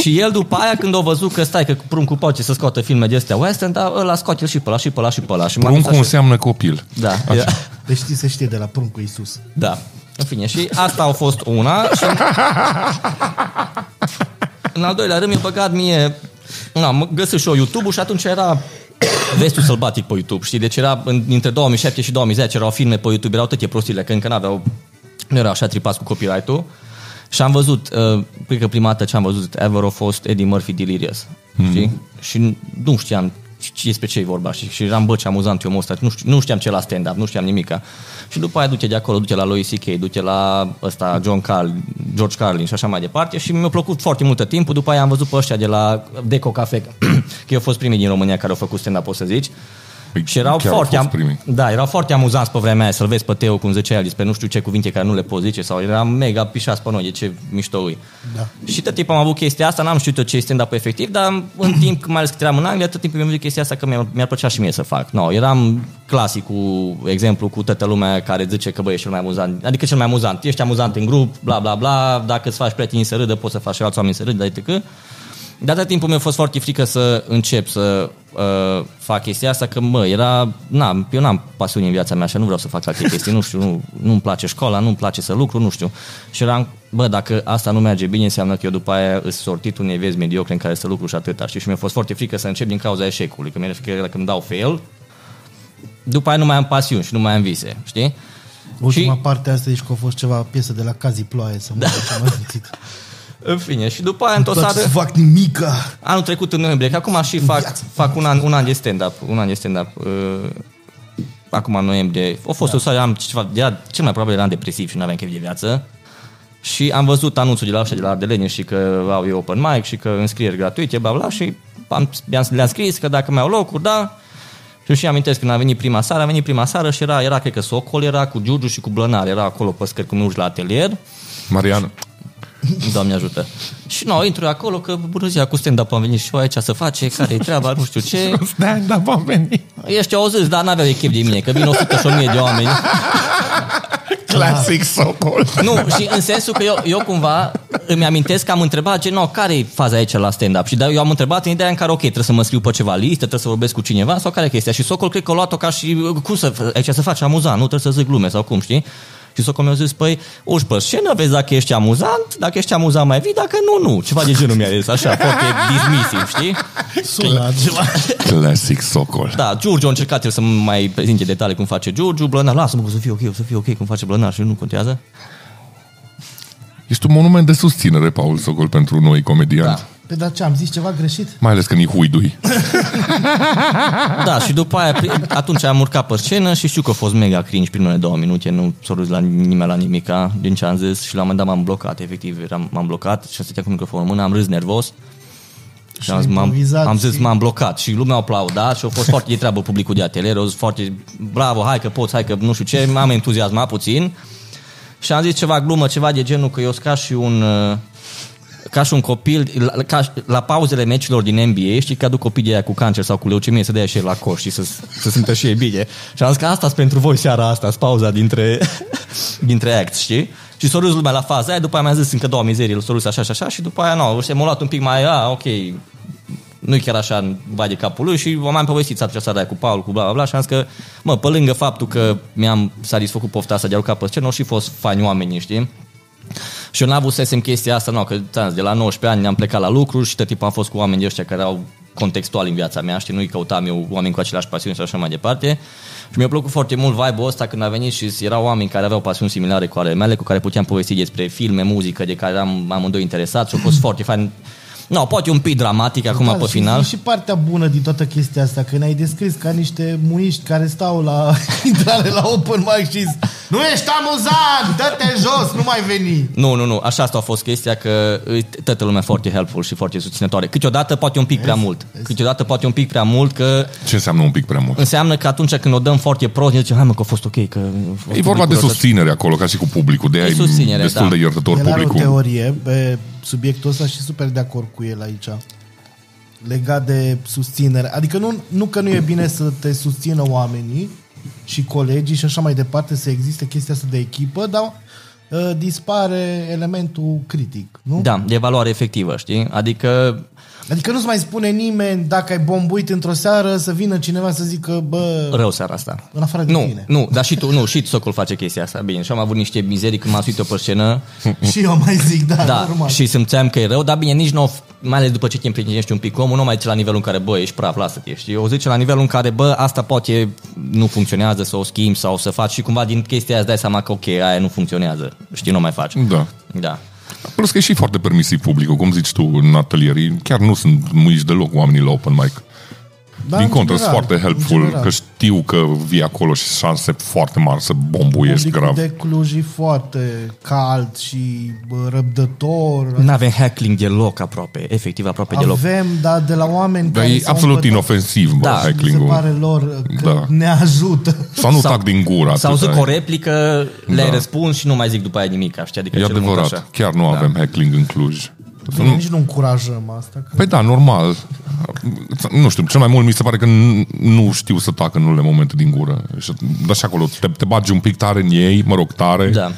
[SPEAKER 1] și el după aia când a văzut că stai, că pruncul poate să scoată filme de astea western, dar ăla scoate el și pe ăla și pe ăla și pe ăla. Și m-am dus
[SPEAKER 2] Pruncul
[SPEAKER 1] așa-
[SPEAKER 2] înseamnă copil.
[SPEAKER 1] Da, era,
[SPEAKER 3] Deci știi, se știe de la pruncul Iisus.
[SPEAKER 1] da. În fine, și asta a fost una. Și... În al doilea rând mi-a băgat mie... Na, mă găsesc și eu YouTube-ul și atunci era vestul sălbatic pe YouTube, știi? Deci era în- între 2007 și 2010 erau filme pe YouTube, erau toate prostiile, că încă n-aveau... Nu erau așa tripați cu copyright-ul. Și am văzut, uh, cred că prima dată ce am văzut ever a fost Eddie Murphy Delirious, mm-hmm. știi? Și nu știam ce- despre ce e vorba și, și eram bă ce amuzant eu omul ăsta, nu, știu, nu știam ce la stand-up, nu știam nimica. Și după aia duce de acolo, duce la Louis C.K., duce la ăsta John Carl, George Carlin și așa mai departe și mi-a plăcut foarte mult timp. După aia am văzut pe ăștia de la Deco Cafe, că eu au fost primii din România care au făcut stand-up, poți să zici. Și erau
[SPEAKER 2] Păi, Chiar au
[SPEAKER 1] foarte, am,
[SPEAKER 2] fost primii.
[SPEAKER 1] da, erau foarte amuzanți pe vremea aia să-l vezi pe Teo cum zicea el despre nu știu ce cuvinte care nu le poți zice sau era mega pișați pe noi, de ce mișto îi.
[SPEAKER 3] Da.
[SPEAKER 1] Și tot timpul am avut chestia asta, n-am știut eu ce este stand-up efectiv, dar în timp, mai ales cât eram în Anglia, tot timpul mi-am zis chestia asta că mi-ar, mi-ar plăcea și mie să fac. No, eram clasic cu exemplu cu toată lumea care zice că băi, ești cel mai amuzant, adică cel mai amuzant, ești amuzant în grup, bla bla bla, dacă îți faci prietenii să râdă, poți să faci și alți oameni să râdă, etc. De atât timpul mi-a fost foarte frică să încep să uh, fac chestia asta, că mă, era, na, eu n-am pasiune în viața mea așa, nu vreau să fac alte chestii, nu știu, nu, nu-mi place școala, nu-mi place să lucru, nu știu. Și eram, bă, dacă asta nu merge bine, înseamnă că eu după aia îs sortit unei vieți mediocre în care să lucru și atâta, știi? Și mi-a fost foarte frică să încep din cauza eșecului, că mi-era frică că dacă îmi dau fail, după aia nu mai am pasiuni și nu mai am vise, știi?
[SPEAKER 3] Ultima
[SPEAKER 1] Și-
[SPEAKER 3] parte asta ești că a fost ceva piesă de la Cazi Ploaie să mă da. am simțit.
[SPEAKER 1] În fine, și după aia într-o
[SPEAKER 3] Tot
[SPEAKER 1] seară...
[SPEAKER 3] să fac nimica.
[SPEAKER 1] Anul trecut în noiembrie, că acum și fac,
[SPEAKER 3] viață.
[SPEAKER 1] fac un, an, un an de stand-up, un an de stand-up uh, acum în noiembrie. A fost da. o seară, am ceva, era, cel mai probabil eram depresiv și nu aveam chef de viață. Și am văzut anunțul de la ăștia de la Ardeleni și că au eu open mic și că înscrieri gratuite, bla bla, și am, mi-am- le-am scris că dacă mai au locuri, da. Și și amintesc când a venit prima seară, a venit prima seară și era, era cred că Socol, era cu Giurgiu și cu Blănar, era acolo pe scări cu urci la atelier.
[SPEAKER 2] Marian,
[SPEAKER 1] Doamne ajută. Și noi intru acolo că bună ziua cu stand-up am venit și eu aici să face, care e treaba, nu știu ce.
[SPEAKER 2] da, da, va veni.
[SPEAKER 1] Ești auzit, dar n-aveau echip de mine, că vin 100 și 1000 de oameni. Da.
[SPEAKER 2] Classic Socol.
[SPEAKER 1] Nu, și în sensul că eu, eu cumva îmi amintesc că am întrebat, gen, no, care e faza aici la stand-up? Și da, eu am întrebat în ideea în care, ok, trebuie să mă scriu pe ceva listă, trebuie să vorbesc cu cineva sau care e chestia. Și Socol cred că a luat-o ca și, cum să, aici să faci amuzant, nu trebuie să zic glume sau cum, știi? Și Socol mi-a zis, păi, urci pe scenă, vezi dacă ești amuzant, dacă ești amuzant mai vii, dacă nu, nu. Ceva de genul mi-a zis, așa, foarte dismisiv, știi?
[SPEAKER 3] Sună la ceva.
[SPEAKER 2] Classic Socol.
[SPEAKER 1] Da, Giurgiu a încercat el să mă mai prezinte detalii cum face Giurgiu, Blănar, lasă-mă că o să fie ok, o să fie ok cum face Blănar și nu contează.
[SPEAKER 2] Ești un monument de susținere, Paul Socol, pentru noi comedianți. Da.
[SPEAKER 1] Da.
[SPEAKER 3] Pe dar ce, am zis ceva greșit?
[SPEAKER 2] Mai ales când e huidui.
[SPEAKER 1] Da, și după aia, pri- atunci am urcat pe scenă și știu că a fost mega cringe primele două minute, nu s-a râs la nimeni la nimica din ce am zis și la un moment dat m-am blocat, efectiv, eram, m-am blocat și am stătea cu microfonul în mână, am râs nervos. Și am, zis, m-am,
[SPEAKER 3] improvizat
[SPEAKER 1] am zis,
[SPEAKER 3] și-
[SPEAKER 1] m-am blocat și lumea a aplaudat și a fost foarte de treabă publicul de atelier, au zis foarte, bravo, hai că poți, hai că nu știu ce, m-am entuziasmat puțin și am zis ceva glumă, ceva de genul că eu sunt ca și un... uh, ca și un copil, la, ca, și- la pauzele meciilor din NBA, știi că aduc copiii de aia cu cancer sau cu leucemie să dea și ei la coș și să, să simtă și ei bine. Și am zis că asta pentru voi seara asta, pauza dintre, dintre act, știi? Și s-a râs lumea la faza aia, după aia mi-a zis încă două mizerii, s-a râs așa și așa și după aia nu, no, m-a luat un pic mai, a, ok, nu chiar așa în vai de capul lui și am am povestit s-a trecut cu Paul, cu bla bla bla și am zis că, mă, pe lângă faptul că mi-am satisfăcut pofta asta de a urca pe scenă, au și fost faini oamenii, știi? Și eu n-avusesem chestia asta, nu, că ți-am zis, de la 19 ani am plecat la lucru și tot timpul am fost cu oameni de ăștia care au contextual în viața mea, știi, nu-i căutam eu oameni cu aceleași pasiuni și așa mai departe. Și mi-a plăcut foarte mult vibe-ul ăsta când a venit și erau oameni care aveau pasiuni similare cu ale mele, cu care puteam povesti despre filme, muzică, de care eram amândoi interesați și a fost foarte fain. No, poate un pic dramatic acum
[SPEAKER 3] Da,
[SPEAKER 1] pe
[SPEAKER 3] și
[SPEAKER 1] final.
[SPEAKER 3] E și partea bună din toată chestia asta, că ne-ai descris ca niște muniști care stau la intrare la open mic și zic, nu ești amuzant, dă-te jos, nu mai veni.
[SPEAKER 1] Nu, nu, nu. Așa asta a fost chestia că e toată lumea foarte helpful și foarte susținătoare. Câteodată poate un pic prea mult. Câteodată poate un pic prea mult că
[SPEAKER 2] Ce înseamnă un pic prea mult?
[SPEAKER 1] înseamnă că atunci când o dăm foarte prost, ne zicem, hai mă că a fost ok, că... a fost
[SPEAKER 2] E vorba de
[SPEAKER 1] bucuros."
[SPEAKER 2] susținere acolo, ca și cu publicul. De aia
[SPEAKER 1] E
[SPEAKER 2] e
[SPEAKER 1] susținere,
[SPEAKER 2] destul
[SPEAKER 1] da.
[SPEAKER 2] de iertător
[SPEAKER 3] El are o
[SPEAKER 2] publicul.
[SPEAKER 3] teorie pe subiectul ăsta și super de acord cu el aici. Legat de susținere. Adică nu, nu că nu e bine să te susțină oamenii și colegii și așa mai departe să existe chestia asta de echipă, dar uh, dispare elementul critic, nu?
[SPEAKER 1] Da, de valoare efectivă, știi? Adică
[SPEAKER 3] Adică nu-ți mai spune nimeni dacă ai bombuit într-o seară să vină cineva să zică, bă,
[SPEAKER 1] rău seara asta.
[SPEAKER 3] în afară de
[SPEAKER 1] Nu,
[SPEAKER 3] tine.
[SPEAKER 1] nu, dar și tu, nu, și Socol face chestia asta. Bine, și am avut niște mizerii când m-am suit eu pe scenă.
[SPEAKER 3] Și eu mai zic, da,
[SPEAKER 1] Da,
[SPEAKER 3] normal.
[SPEAKER 1] și simțeam că e rău, dar bine, nici nu, mai ales după ce te împlinești un pic omul, nu mai zice la nivelul în care, bă, ești praf, lasă-te, știi? Eu zice la nivelul în care, bă, asta poate nu funcționează, să o schimbi sau să faci și cumva din chestia aia îți dai seama că, ok, aia nu funcționează, știi, nu o mai faci.
[SPEAKER 2] Da.
[SPEAKER 1] Da.
[SPEAKER 2] Plus că e și foarte permisiv publicul, cum zici tu în atelierii, chiar nu sunt muiși deloc oamenii la open mic.
[SPEAKER 3] Da,
[SPEAKER 2] Din
[SPEAKER 3] în
[SPEAKER 2] contră, sunt
[SPEAKER 3] general,
[SPEAKER 2] foarte
[SPEAKER 3] în
[SPEAKER 2] helpful,
[SPEAKER 3] general.
[SPEAKER 2] că știu că vii acolo și șanse foarte mari să bombuiești
[SPEAKER 3] Publicul
[SPEAKER 2] grav.
[SPEAKER 3] de Cluj e foarte cald și bă, răbdător.
[SPEAKER 1] N-avem heckling deloc aproape, efectiv aproape deloc.
[SPEAKER 3] Avem, dar de la oameni
[SPEAKER 2] Dar
[SPEAKER 3] care
[SPEAKER 2] e
[SPEAKER 3] s-au
[SPEAKER 2] absolut
[SPEAKER 3] împătat,
[SPEAKER 2] inofensiv, bă,
[SPEAKER 1] Da.
[SPEAKER 3] mi se pare
[SPEAKER 2] heckling-ul.
[SPEAKER 3] lor că
[SPEAKER 2] Da.
[SPEAKER 3] da. ne ajută.
[SPEAKER 2] Sau nu
[SPEAKER 1] Sau-
[SPEAKER 2] tac din gură
[SPEAKER 1] Sau zic
[SPEAKER 2] atâta. Da.
[SPEAKER 1] o replică, le-ai răspuns și nu mai zic după aia nimic, știi? Adică
[SPEAKER 2] E
[SPEAKER 1] cel mult
[SPEAKER 2] adevărat,
[SPEAKER 1] așa. Da.
[SPEAKER 2] chiar nu avem heckling în Cluj.
[SPEAKER 3] Bine, nici nu încurajăm asta. Că...
[SPEAKER 2] Păi da, normal. Nu știu, cel mai mult mi se pare că n- nu știu să tac în unele momente din gură. Și- Dar și acolo te, te bagi un pic tare în ei, mă rog, tare,
[SPEAKER 1] Da.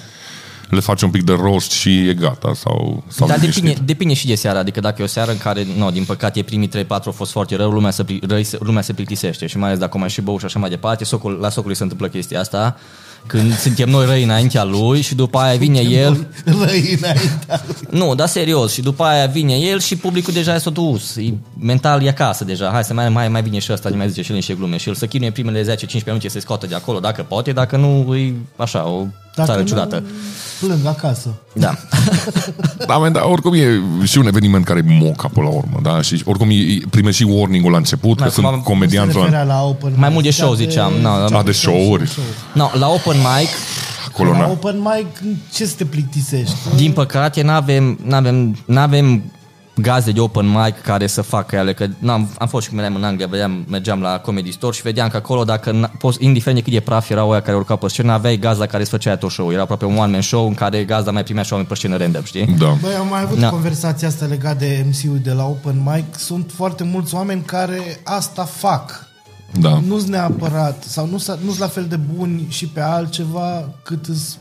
[SPEAKER 2] le faci un pic de rost și e gata. Sau, sau
[SPEAKER 1] Dar
[SPEAKER 2] liniștit.
[SPEAKER 1] depinde, depinde și de seara, adică dacă e o seară în care, nu, din păcate, primii 3-4 au fost foarte rău, lumea se, pli- răi, se- lumea se plictisește și mai ales dacă mai și bău și așa mai departe, socul, la socului se întâmplă chestia asta, când suntem noi răi înaintea lui și după aia vine el,
[SPEAKER 3] Răi înaintea.
[SPEAKER 1] nu, dar serios, și după aia vine el și publicul deja e s-a dus, e, mental e acasă deja, hai să mai, mai, mai vine și ăsta, mai zice și el niște glume și el să chinuie primele 10-15 minute să scoată de acolo, dacă poate, dacă nu, e așa, o
[SPEAKER 3] Dacă
[SPEAKER 1] țară
[SPEAKER 3] nu,
[SPEAKER 1] ciudată.
[SPEAKER 3] Plâng acasă.
[SPEAKER 1] Da.
[SPEAKER 2] Da, men, dar oricum e și un eveniment care e moca până la urmă, da? Și oricum e, primești și warning-ul la început, că
[SPEAKER 1] Acum
[SPEAKER 2] sunt
[SPEAKER 1] am-
[SPEAKER 3] Da, Se
[SPEAKER 2] comedianți la,
[SPEAKER 3] referea la open
[SPEAKER 1] Mai
[SPEAKER 3] mic, Da,
[SPEAKER 1] mult de
[SPEAKER 3] zicea
[SPEAKER 1] show, ziceam, na, da,
[SPEAKER 2] la Ah, de show-uri.
[SPEAKER 1] No, la open mic,
[SPEAKER 2] Acolo,
[SPEAKER 3] La
[SPEAKER 2] na.
[SPEAKER 3] open mic, ce să te plictisești?
[SPEAKER 1] Din păcate, n-avem, n-avem, n-avem gaze de open mic care să facă ele, că n-am, am fost și cum eram în Anglia, vedeam, mergeam la Comedy Store și vedeam că acolo, dacă n- poți, indiferent de cât de praf erau oia care urca pe scenă, aveai gazda care îți făcea tot show Era aproape un one-man show în care gazda mai primea și oameni pe scenă random, știi?
[SPEAKER 2] Da.
[SPEAKER 3] Băi, am mai avut
[SPEAKER 1] Da.
[SPEAKER 3] da. conversația asta legat de MC-ul de la Open Mic. Sunt foarte mulți oameni care asta fac.
[SPEAKER 2] Da.
[SPEAKER 3] Nu-s neapărat sau nu sunt la fel de buni și pe altceva cât îs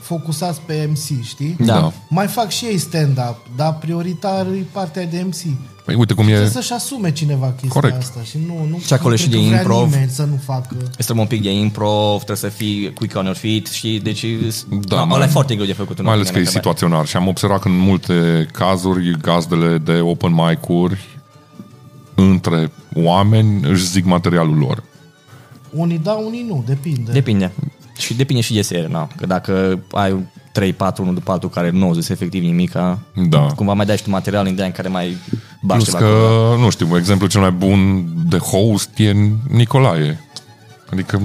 [SPEAKER 3] focusați pe MC, știi?
[SPEAKER 1] Da.
[SPEAKER 2] da.
[SPEAKER 3] Mai fac și ei stand-up, dar prioritar e partea de MC.
[SPEAKER 2] Păi uite cum e...
[SPEAKER 3] Trebuie să-și asume cineva chestia
[SPEAKER 2] Corect.
[SPEAKER 3] asta și nu, nu
[SPEAKER 1] Da. Și acolo
[SPEAKER 3] nu
[SPEAKER 1] și
[SPEAKER 3] cred
[SPEAKER 1] de
[SPEAKER 3] că vrea
[SPEAKER 1] improv.
[SPEAKER 3] nimeni să nu facă.
[SPEAKER 1] Îți trebuie un pic de improv, trebuie să fii quick on your feet și deci
[SPEAKER 2] Da,
[SPEAKER 1] da, ăla
[SPEAKER 2] mai-
[SPEAKER 1] e foarte greu de făcut. în
[SPEAKER 2] Mai ales că e
[SPEAKER 1] opinia mea,
[SPEAKER 2] situaționar și am observat că în multe cazuri gazdele de open mic-uri între oameni își zic materialul lor.
[SPEAKER 3] Unii da, unii nu, depinde.
[SPEAKER 1] Depinde. Și depinde și de serie, na. Că dacă ai 3, 4, 1 după altul care nu zice efectiv nimic, a,
[SPEAKER 2] Da.
[SPEAKER 1] cumva mai dai și tu material în de în care mai bași
[SPEAKER 2] Plus
[SPEAKER 1] ceva.
[SPEAKER 2] că,
[SPEAKER 1] acolo.
[SPEAKER 2] nu știu, exemplu cel mai bun de host e Nicolae. Adică,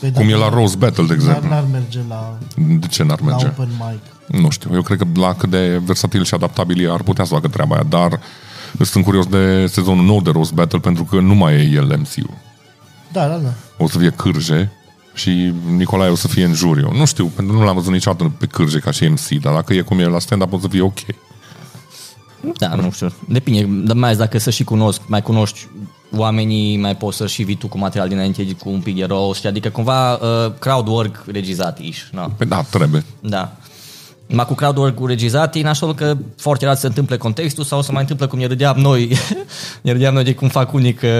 [SPEAKER 3] Păi
[SPEAKER 2] cum
[SPEAKER 3] da,
[SPEAKER 2] e la Rose Battle, de
[SPEAKER 3] Dar
[SPEAKER 2] exemplu.
[SPEAKER 3] n-ar merge la,
[SPEAKER 2] De ce n-ar
[SPEAKER 3] la
[SPEAKER 2] merge?
[SPEAKER 3] Open Mic.
[SPEAKER 2] Nu știu, eu cred că la cât de versatil și adaptabil e, ar putea să facă treaba aia, dar sunt curios de sezonul nou de Rose Battle pentru că nu mai e el MC-ul.
[SPEAKER 3] Da, da, da.
[SPEAKER 2] O să fie Cârje și Nicolae o să fie în juriu. Nu știu, pentru că nu l-am văzut niciodată pe Cârje ca și MC, dar dacă e cum e la stand-up o să fie ok.
[SPEAKER 1] Da, nu știu. Depinde, dar mai ales dacă să și cunosc, mai cunoști oamenii, mai poți să și vii tu cu material dinainte, cu un pic de roast, adică cumva uh, crowd work regizat ish, na.
[SPEAKER 2] Păi da, trebuie.
[SPEAKER 1] Da. Ma cu crowd work regizat, e nașol că foarte rar se întâmplă contextul sau se mai întâmplă cum ne râdeam noi, ne râdeam noi de cum fac unii că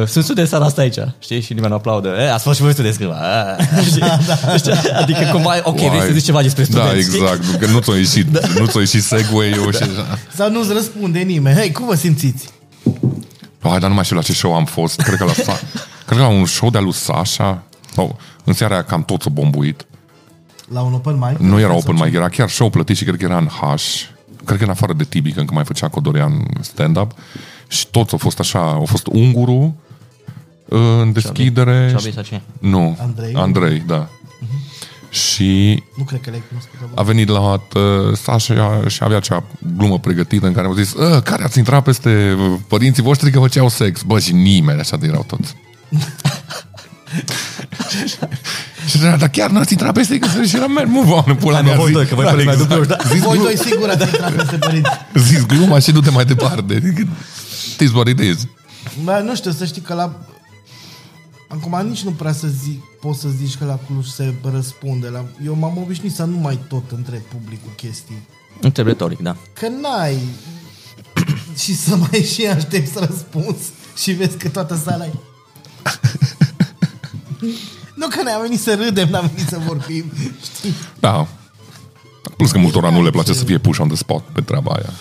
[SPEAKER 1] uh, sunt studenți seara asta aici, știi? Și nimeni nu aplaudă. E, ați fost și voi studenți cândva. Ah, știi? Știi? Adică cumva, ok,
[SPEAKER 2] Da, Uai.
[SPEAKER 1] vrei să zici ceva despre studenți, Da.
[SPEAKER 2] Da, exact. Că nu ți-a ieșit, nu ți-a ieșit segway-ul și așa.
[SPEAKER 3] Sau nu-ți răspunde nimeni. Hei, cum vă simțiți?
[SPEAKER 2] Hai, dar nu mai știu la ce show am fost. Cred că la, Sa- cred că la un show de-a lui Sasha. Sau în seara aia cam toți o bombuit.
[SPEAKER 3] La un open mic?
[SPEAKER 2] Nu era open mic, era chiar show plătit și cred că era în H. Cred că în afară de Tibi, că încă mai făcea Codorean stand-up. Și toți au fost așa, au fost Unguru uh, în deschidere.
[SPEAKER 1] Știi? Sau ce?
[SPEAKER 2] Nu,
[SPEAKER 3] Andrei.
[SPEAKER 2] Andrei, da. Și
[SPEAKER 3] Nu cred că le-ai cunoscut.
[SPEAKER 2] a venit la uh, Sasha și avea acea glumă pregătită în care au zis "Ă, care ați intrat peste uh, părinții voștri că făceau sex? Bă, și nimeni așa de erau toți. și zicea, dar chiar n-ați intrat peste ei, că se și era mer, move on, în pula
[SPEAKER 1] Hai,
[SPEAKER 2] mea.
[SPEAKER 1] mă, voi
[SPEAKER 2] zi-
[SPEAKER 1] doi, că voi
[SPEAKER 2] da,
[SPEAKER 1] păreți mai
[SPEAKER 2] exact.
[SPEAKER 1] dubioși,
[SPEAKER 2] Zis
[SPEAKER 3] Voi
[SPEAKER 2] glu-
[SPEAKER 3] doi sigur ați intrat peste părinți.
[SPEAKER 2] Zis gluma și du-te mai departe. Adică, Știți, what it is.
[SPEAKER 3] Bă, nu știu, să știi că la... Acum nici nu prea să zic, poți să zici că la Cluj se răspunde. La... Eu m-am obișnuit să nu mai tot întreb publicul chestii.
[SPEAKER 1] Întreb retoric, da.
[SPEAKER 3] Că n-ai și să mai și aștepți răspuns și vezi că toată sala e... nu că ne-am venit să râdem, n-am venit să vorbim, știi?
[SPEAKER 2] Da. Plus că multora nu le place să fie puși on the spot pe treaba aia.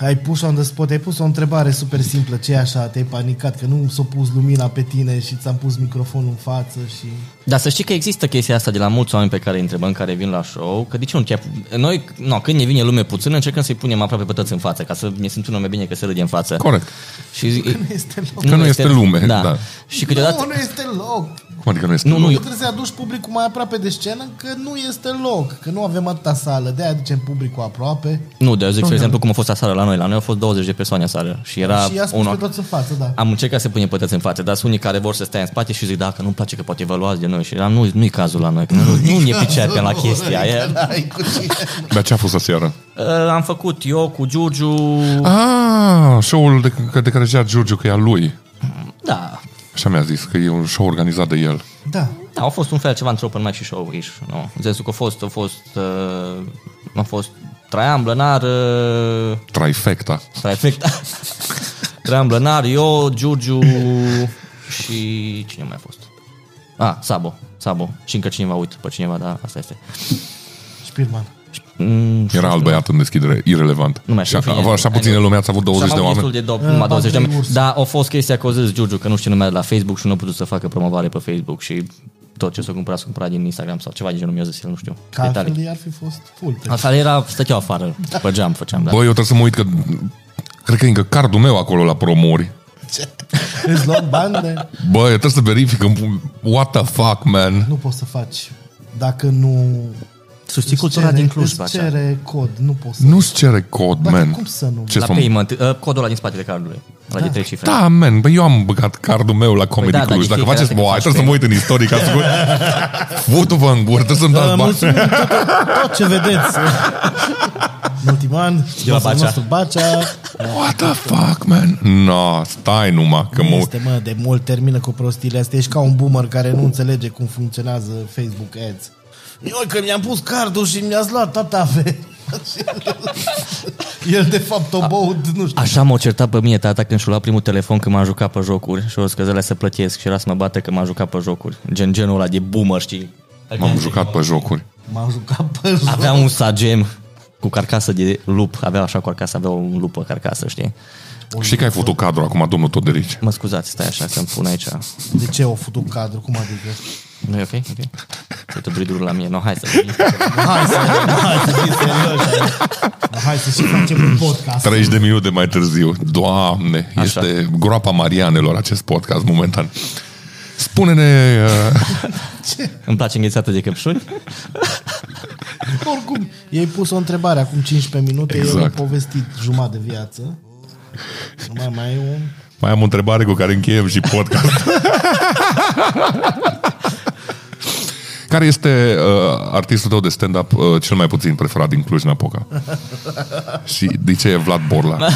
[SPEAKER 3] Ai pus on the spot, ai pus o întrebare super simplă, ce e așa, te-ai panicat că nu s-a pus lumina pe tine și ți-am pus microfonul în față și...
[SPEAKER 1] Dar să știi că există chestia asta de la mulți oameni pe care îi întrebăm care vin la show, că de ce nu chiar... Noi, no, când ne vine lume puțin, încercăm să-i punem aproape pe toți în față, ca să ne simțim mai bine că se râde în față.
[SPEAKER 2] Corect.
[SPEAKER 1] Și,
[SPEAKER 3] Nu este loc.
[SPEAKER 2] Că nu este lume, da.
[SPEAKER 1] Și câteodată...
[SPEAKER 3] Nu, nu este loc.
[SPEAKER 2] Cum adică nu este
[SPEAKER 1] Nu, nu,
[SPEAKER 3] Nu,
[SPEAKER 1] eu-
[SPEAKER 3] trebuie să aduci publicul mai aproape de scenă că nu este loc, că nu avem atâta sală, de-aia aducem publicul aproape
[SPEAKER 1] Nu, dar eu zic, spre exemplu, cum a fost aseară la noi. La noi au fost 20 de persoane aseară și era
[SPEAKER 3] și i-a spus
[SPEAKER 1] unul...
[SPEAKER 3] pe toți în față, da.
[SPEAKER 1] Da, Am încercat să punem pătăți în față, dar sunt unii care vor să stea în spate și zic, dacă nu-mi place că poate vă luați de noi. Și era, nu, nu-i cazul la noi, că nu, nu ne pricepem la chestia. E,
[SPEAKER 3] Oh, N-ai cu cine.
[SPEAKER 2] Dar ce a fost aseară?
[SPEAKER 1] Uh, am făcut eu cu Giurgiu,
[SPEAKER 2] Ah, show-ul de, că- de care zicea Giurgiu că e al lui.
[SPEAKER 1] da,
[SPEAKER 2] Așa mi-a zis, că e un show organizat de el.
[SPEAKER 3] Da.
[SPEAKER 1] Da, au fost un fel ceva între open mic și show ish, nu? În sensul că a fost, a fost, uh, a fost Traian Blănar, uh,
[SPEAKER 2] Trifecta.
[SPEAKER 1] perfect. Traian Blănar, eu, Giurgiu și cine mai a fost? Ah, Sabo, Sabo. Și încă cineva, uit pe cineva, dar asta este.
[SPEAKER 3] Spirman.
[SPEAKER 1] Mm,
[SPEAKER 2] Era alt băiat în deschidere, irrelevant.
[SPEAKER 1] Nu mai
[SPEAKER 2] și
[SPEAKER 1] știu cine
[SPEAKER 2] a,
[SPEAKER 1] e.
[SPEAKER 2] așa
[SPEAKER 1] Hai,
[SPEAKER 2] puține
[SPEAKER 1] nu.
[SPEAKER 2] lume ați avut 20 de
[SPEAKER 1] Și am avut
[SPEAKER 2] oameni.
[SPEAKER 1] destul de
[SPEAKER 3] Eh,
[SPEAKER 1] do- numai 20 de oameni.
[SPEAKER 3] Patrick Urs.
[SPEAKER 1] Dar a fost chestia că o zis Giurgiu că nu știu numele de la Facebook și nu a putut să facă promovare pe Facebook și tot ce s-a cumpărat, s-a cumpărat din Instagram sau ceva de genul, mi-a zis el, nu știu.
[SPEAKER 3] Că altfel ei ar fi fost full.
[SPEAKER 1] Asta era, stăteau afară, pe geam făceam, da.
[SPEAKER 2] Bă, eu trebuie să mă uit că... Cred că e încă cardul meu acolo la promori.
[SPEAKER 3] Îți luăm bani de...
[SPEAKER 2] Bă, eu trebuie să verific. îmi pun- What the fuck, man?
[SPEAKER 3] Nu poți să faci dacă nu
[SPEAKER 1] Susții
[SPEAKER 3] Îți
[SPEAKER 1] cultura
[SPEAKER 3] cere-
[SPEAKER 1] din Cluj,
[SPEAKER 3] Îți
[SPEAKER 1] Bacea.
[SPEAKER 3] cere cod, nu poți să...
[SPEAKER 2] Nu-ți cere cod,
[SPEAKER 3] Dacă
[SPEAKER 2] man.
[SPEAKER 3] cum să nu?
[SPEAKER 2] Ce
[SPEAKER 1] La
[SPEAKER 2] să
[SPEAKER 1] payment, uh, codul ăla din spatele cardului. La de trei cifre.
[SPEAKER 2] Da, man, bă, eu am băgat cardul meu la Comedy
[SPEAKER 1] da,
[SPEAKER 2] păi
[SPEAKER 1] da,
[SPEAKER 2] da, Cluj.
[SPEAKER 1] de
[SPEAKER 2] Dacă
[SPEAKER 1] fiecare
[SPEAKER 2] faceți
[SPEAKER 1] dată
[SPEAKER 2] boa,
[SPEAKER 1] când
[SPEAKER 2] trebuie să
[SPEAKER 1] faci
[SPEAKER 2] mă uit în istoric. ca să văd. Futu-vă în gură, trebuie să-mi
[SPEAKER 3] Uh,
[SPEAKER 2] dați bani.
[SPEAKER 3] mulțumim tot, tot ce vedeți. În ultimul an,
[SPEAKER 1] Bacea.
[SPEAKER 3] sponsor nostru Bacea
[SPEAKER 2] What the fuck, man? No, stai numai, că mă...
[SPEAKER 3] este, mă, de mult termină cu prostiile astea. Ești ca un boomer care nu înțelege cum funcționează Facebook Ads. Eu că mi-am pus cardul și mi-ați luat toată averea. El, de fapt, o băut, nu știu.
[SPEAKER 1] Așa m-a certat pe mine tata când și-a luat primul telefon când m-am jucat pe jocuri și o zis că zălea să plătesc și era să mă bată că m-am jucat pe jocuri. Gen genul ăla de boomer, știi? Adică
[SPEAKER 2] M-am jucat pe jocuri.
[SPEAKER 3] M-am jucat pe joc.
[SPEAKER 1] Avea un sagem cu carcasă de lup, avea așa carcasă, avea un lup pe carcasă, știi?
[SPEAKER 2] Știi că ai făcut cadru acum, domnul Toderici.
[SPEAKER 1] Mă scuzați, stai așa să-mi pun aici.
[SPEAKER 3] De ce o făcut cadru? Cum adică?
[SPEAKER 1] Nu e ok? Ok. Să te bridur la mine. No, hai să vii.
[SPEAKER 3] Hai să, hai să fim serioși. Hai să și facem un podcast.
[SPEAKER 2] 30 de minute mai târziu. Doamne, Așa. este groapa Marianelor acest podcast momentan. Spune-ne... Uh,
[SPEAKER 1] Îmi place înghețată de căpșuni.
[SPEAKER 3] Oricum, ei pus o întrebare acum 15 minute, exact. el a
[SPEAKER 2] Exact.
[SPEAKER 3] povestit jumătate de viață. Nu mai mai e un...
[SPEAKER 2] mai am o întrebare cu care încheiem și podcast. care este uh, artistul tău de stand-up uh, cel mai puțin preferat din Cluj-Napoca? și de ce e Vlad Borla?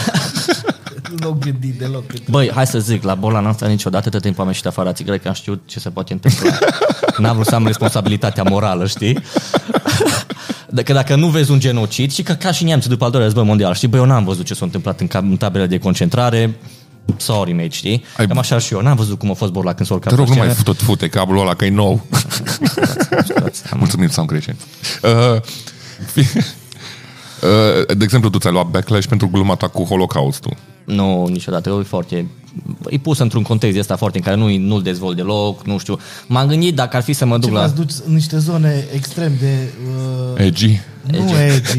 [SPEAKER 3] Nu gândit deloc.
[SPEAKER 1] Băi, hai să zic, la boala noastră niciodată tot timpul am ieșit afară țigară, că am știut ce se poate întâmpla. N-am vrut să am responsabilitatea morală, știi? Dacă, dacă nu vezi un genocid și că ca și neamțul după al doilea război mondial, știi, băi, eu n-am văzut ce s-a întâmplat în, cam- în tabele de concentrare, sorry, mate, știi?
[SPEAKER 2] Ai-
[SPEAKER 1] Cam așa și eu, n-am văzut cum a fost borla când s-a urcat
[SPEAKER 2] Te rog,
[SPEAKER 1] pe
[SPEAKER 2] nu mai
[SPEAKER 1] scenă.
[SPEAKER 2] tot fute cablul ăla, că e nou. Mulțumim, Sam Creșin. Uh, fi- uh, de exemplu, tu ți-ai luat backlash pentru gluma ta cu Holocaustul.
[SPEAKER 1] Nu, niciodată. Eu e foarte... E pus într-un context de asta foarte în care nu, nu-l dezvolt deloc, nu știu. M-am gândit dacă ar fi să mă duc
[SPEAKER 3] Ce
[SPEAKER 1] la...
[SPEAKER 3] v-ați duci în niște zone extrem de... Uh,
[SPEAKER 2] Egi.
[SPEAKER 3] nu edgy.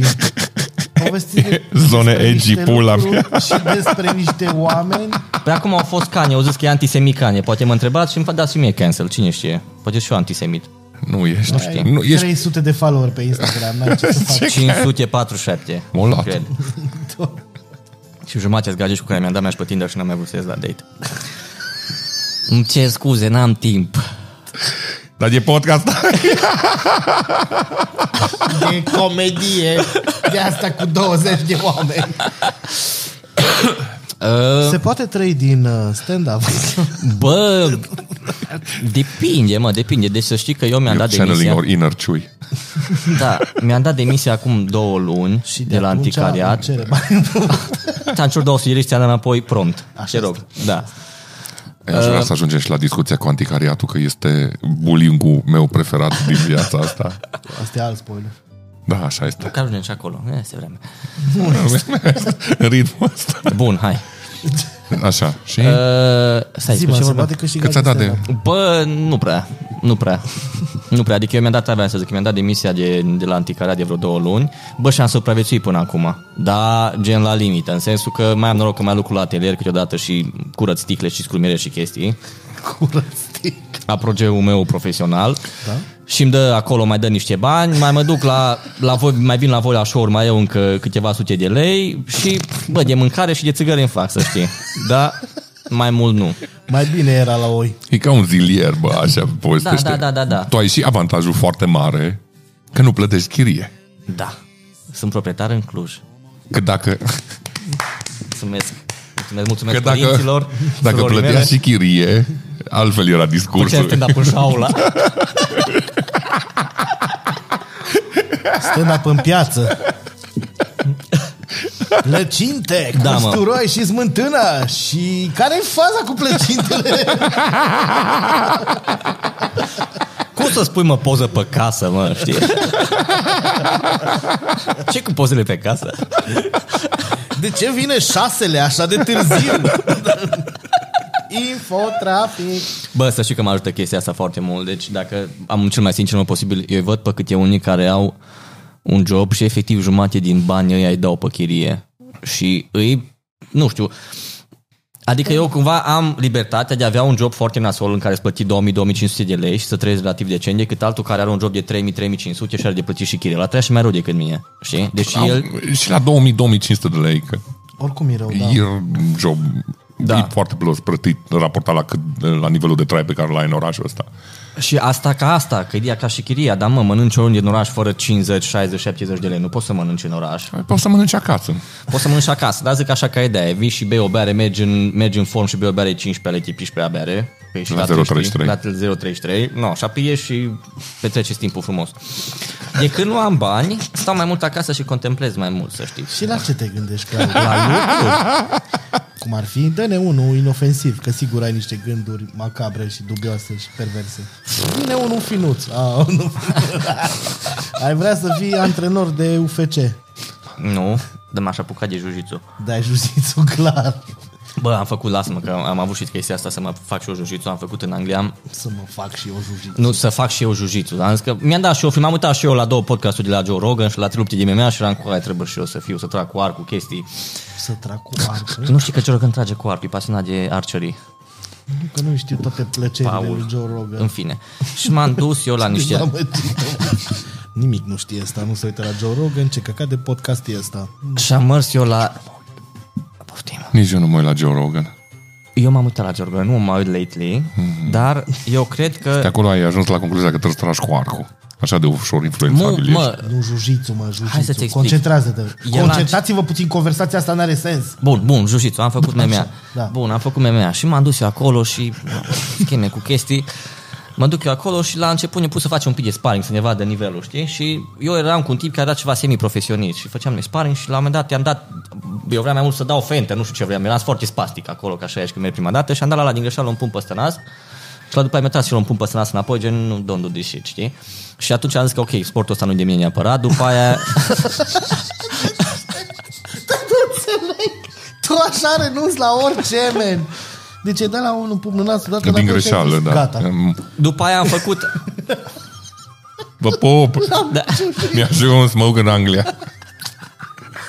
[SPEAKER 3] Povestiți de-
[SPEAKER 2] Zone
[SPEAKER 3] despre
[SPEAKER 2] edgy,
[SPEAKER 3] niște
[SPEAKER 2] pula
[SPEAKER 3] lucruri
[SPEAKER 2] mea.
[SPEAKER 3] Și despre niște oameni.
[SPEAKER 1] Pe Păi acum au fost Kanye, au zis că e antisemit Kanye. Poate mă întrebați și îmi fac dați și mie cancel, cine știe. Poate și eu antisemit.
[SPEAKER 2] Nu ești. Nu,
[SPEAKER 3] Ai
[SPEAKER 2] nu ești.
[SPEAKER 3] 300 de follower pe Instagram. N-ai ce să faci.
[SPEAKER 1] 547.
[SPEAKER 2] M-au luat.
[SPEAKER 1] Cred. și jumătate gagici cu care mi-am dat mi-aș pe Tinder și n-am mai vrut să ies la date. Îmi cer scuze, n-am timp.
[SPEAKER 2] Dar e podcast.
[SPEAKER 3] E comedie. De asta cu 20 de oameni. Se poate trăi din uh, stand-up?
[SPEAKER 1] Bă, depinde, mă, depinde. Deci să știi că eu mi-am dat
[SPEAKER 2] Channeling
[SPEAKER 1] demisia.
[SPEAKER 2] or inner chui.
[SPEAKER 1] Da, mi-am dat demisia acum două luni și de, de la
[SPEAKER 3] atunci
[SPEAKER 1] anticariat.
[SPEAKER 3] îmi cere bani.
[SPEAKER 1] Ți-am cerut 200 de lei și ți-am dat înapoi prompt. Așa Te rog, da.
[SPEAKER 2] Aș vrea să ajungem și la discuția cu anticariatul, că este bullying meu preferat din viața asta.
[SPEAKER 3] Asta e alt spoiler.
[SPEAKER 2] Da, așa este.
[SPEAKER 1] Că ajungem și acolo. Este vreme.
[SPEAKER 2] În ritmul ăsta.
[SPEAKER 1] Bun, hai.
[SPEAKER 2] Așa. Și
[SPEAKER 1] Uh, stai,
[SPEAKER 3] Zi,
[SPEAKER 1] spui
[SPEAKER 3] mă,
[SPEAKER 1] ce
[SPEAKER 3] se
[SPEAKER 1] vorba?
[SPEAKER 3] poate câștiga
[SPEAKER 2] cât ți-a dat de...
[SPEAKER 3] stand-up.
[SPEAKER 1] Bă, nu prea. Nu prea. Nu prea. Adică eu mi-am dat avea să zic, mi-am dat demisia de, de la anticarea de vreo două luni. Bă, și am supraviețuit până acum. Da, gen la limită. În sensul că mai am noroc că mai lucru la atelier câteodată și curăț sticle și scrumire și chestii.
[SPEAKER 3] Curățit.
[SPEAKER 1] aprogeul meu profesional da? și îmi dă acolo, mai dă niște bani, mai mă duc la, la voi, mai vin la voi la show mai eu încă câteva sute de lei și bă, de mâncare și de țigări în fac, să știi. Da? Mai mult nu.
[SPEAKER 3] Mai bine era la oi.
[SPEAKER 2] E ca un zilier, bă, așa povestește.
[SPEAKER 1] da, da, da, da.
[SPEAKER 2] Tu ai și avantajul foarte mare că nu plătești chirie.
[SPEAKER 1] Da. Sunt proprietar în Cluj.
[SPEAKER 2] Că dacă,
[SPEAKER 1] Mulțumesc. Mulțumesc,
[SPEAKER 2] că
[SPEAKER 1] mulțumesc
[SPEAKER 2] dacă,
[SPEAKER 1] părinților.
[SPEAKER 2] dacă
[SPEAKER 1] surorii
[SPEAKER 2] plătea
[SPEAKER 1] mele.
[SPEAKER 2] și chirie, altfel era
[SPEAKER 1] Făceam
[SPEAKER 2] discursul.
[SPEAKER 1] stand-up în șaula.
[SPEAKER 3] Stand-up în piață. Plăcinte,
[SPEAKER 1] Da,
[SPEAKER 3] da,
[SPEAKER 1] mă.
[SPEAKER 3] usturoi și smântână Și care e faza cu plăcintele?
[SPEAKER 1] Cum să spui, mă, poză pe casă, mă, știi? Ce cu pozele pe casă?
[SPEAKER 3] De ce vine șasele așa de târziu? Infotrafic
[SPEAKER 1] Bă, să știi că mă ajută chestia asta foarte mult. Deci dacă am cel mai sincer mult posibil, eu îi văd pe câte unii care au un job și efectiv jumate din bani ei îi dau pe chirie. Și îi, nu știu, Adică eu cumva am libertatea de a avea un job foarte nasol în care îți plăti 2000-2500 de lei și să trăiești relativ decent decât altul care are un job de 3000-3500 și are de plătit și chirie. La trei și mai rău decât mine. Știi? Deci
[SPEAKER 2] Am-
[SPEAKER 1] el...
[SPEAKER 2] Și la 2000-2500 de lei, că
[SPEAKER 3] Oricum e rău, da.
[SPEAKER 2] da. e un job
[SPEAKER 1] Da.
[SPEAKER 2] da. e foarte prost plătit raportat la, cât, la nivelul de trai pe care l-ai în orașul ăsta.
[SPEAKER 1] Și asta ca asta, că e ca și chiria, dar mă, mănânci oriunde în oraș fără 50, 60, 70 de lei. Nu poți să mănânci în oraș.
[SPEAKER 2] Mai Păi Poți să mănânci acasă.
[SPEAKER 1] Poți să mănânci acasă, dar zic așa ca idee. Vii și bei o beare, mergi în, mergi în form și bei o beare 15 ale tipii și pe la beare. Păi și
[SPEAKER 2] La
[SPEAKER 1] atunci
[SPEAKER 2] 0,33.
[SPEAKER 1] știi, La 033. No, și apoi ieși și petreceți timpul frumos. De când nu am bani, stau mai mult acasă și contemplez mai mult, să știți.
[SPEAKER 3] Și la ce te gândești? Clar?
[SPEAKER 1] La lucru?
[SPEAKER 3] Cum ar fi? Dă-ne unul inofensiv, că sigur ai niște gânduri macabre și dubioase și perverse. Dă-ne unul finuț. A, nu. ai vrea să fii antrenor de UFC.
[SPEAKER 1] Nu, dar m-aș apuca de jiu
[SPEAKER 3] Dai justițul clar.
[SPEAKER 1] Bă, am făcut, lasă-mă, că am avut și chestia asta să mă fac și eu jiu am făcut în Anglia,
[SPEAKER 3] Să mă fac și eu jujiț.
[SPEAKER 1] nu să fac și eu jiu-jitsu. Dar am zis că mi-am dat și eu, film, am uitat și eu la două podcasturi de la Joe Rogan și la trei lupte de MMA și eram cu aia trebuie și eu să fiu, să trag cu arcul chestii.
[SPEAKER 3] Să trag cu arcul.
[SPEAKER 1] Tu nu știi că Joe Rogan trage cu arcul, e pasionat de archery.
[SPEAKER 3] Nu, Că nu știu toate plăcerile
[SPEAKER 1] Paul.
[SPEAKER 3] lui Joe Rogan.
[SPEAKER 1] În fine. Și m-am dus eu la niște...
[SPEAKER 3] Mamă, Tito. Nimic nu știe asta, nu se uită la Joe Rogan, ce căcat de podcast e asta.
[SPEAKER 1] Și am mers eu la... Poftim.
[SPEAKER 2] Nici eu nu mă uit la Joe Rogan.
[SPEAKER 1] Eu m-am uitat la Joe Rogan, nu mă uit lately, dar eu cred
[SPEAKER 2] De
[SPEAKER 1] că...
[SPEAKER 2] acolo ai ajuns la concluzia că trebuie să tragi cu arcul. Așa de ușor
[SPEAKER 1] Mu,
[SPEAKER 2] influențabil ești.
[SPEAKER 1] mă,
[SPEAKER 3] Nu jujițu, mă, jujițu.
[SPEAKER 1] Da. Hai să-ți explic.
[SPEAKER 3] Concentrați-te.
[SPEAKER 1] El a-
[SPEAKER 3] Concentrați-vă puțin, conversația asta n-are sens.
[SPEAKER 1] Bun, bun, jiu am făcut MMA.
[SPEAKER 3] da.
[SPEAKER 1] Bun, am făcut MMA și m-am dus eu acolo și scheme cu chestii. Mă duc eu acolo și la început ne pus să facem un pic de sparring, să ne vadă nivelul, știi? Și eu eram cu un tip care era ceva semi-profesionist și făceam noi sparring și la un moment dat i-am dat, eu vreau mai mult să dau fente, nu știu ce vreau, eram foarte spastic acolo, ca așa ești când merg prima dată și am dat la, la din greșeală un pumn peste nas și la după aia mi-a tras și el un pumn peste nas înapoi, gen, nu, don't do this shit, știi? Și atunci am zis că, ok, sportul ăsta nu-i de mine neapărat, după aia
[SPEAKER 3] Tu așa renunți la orice, men. Deci ai dat la unul pumn în nas,
[SPEAKER 2] Din
[SPEAKER 3] odată la tot și ai
[SPEAKER 2] greșeală,
[SPEAKER 3] zis,
[SPEAKER 2] da.
[SPEAKER 3] Gata.
[SPEAKER 1] După aia am făcut...
[SPEAKER 2] Vă pop!
[SPEAKER 1] Da,
[SPEAKER 2] Mi-a jucat un smoke în Anglia.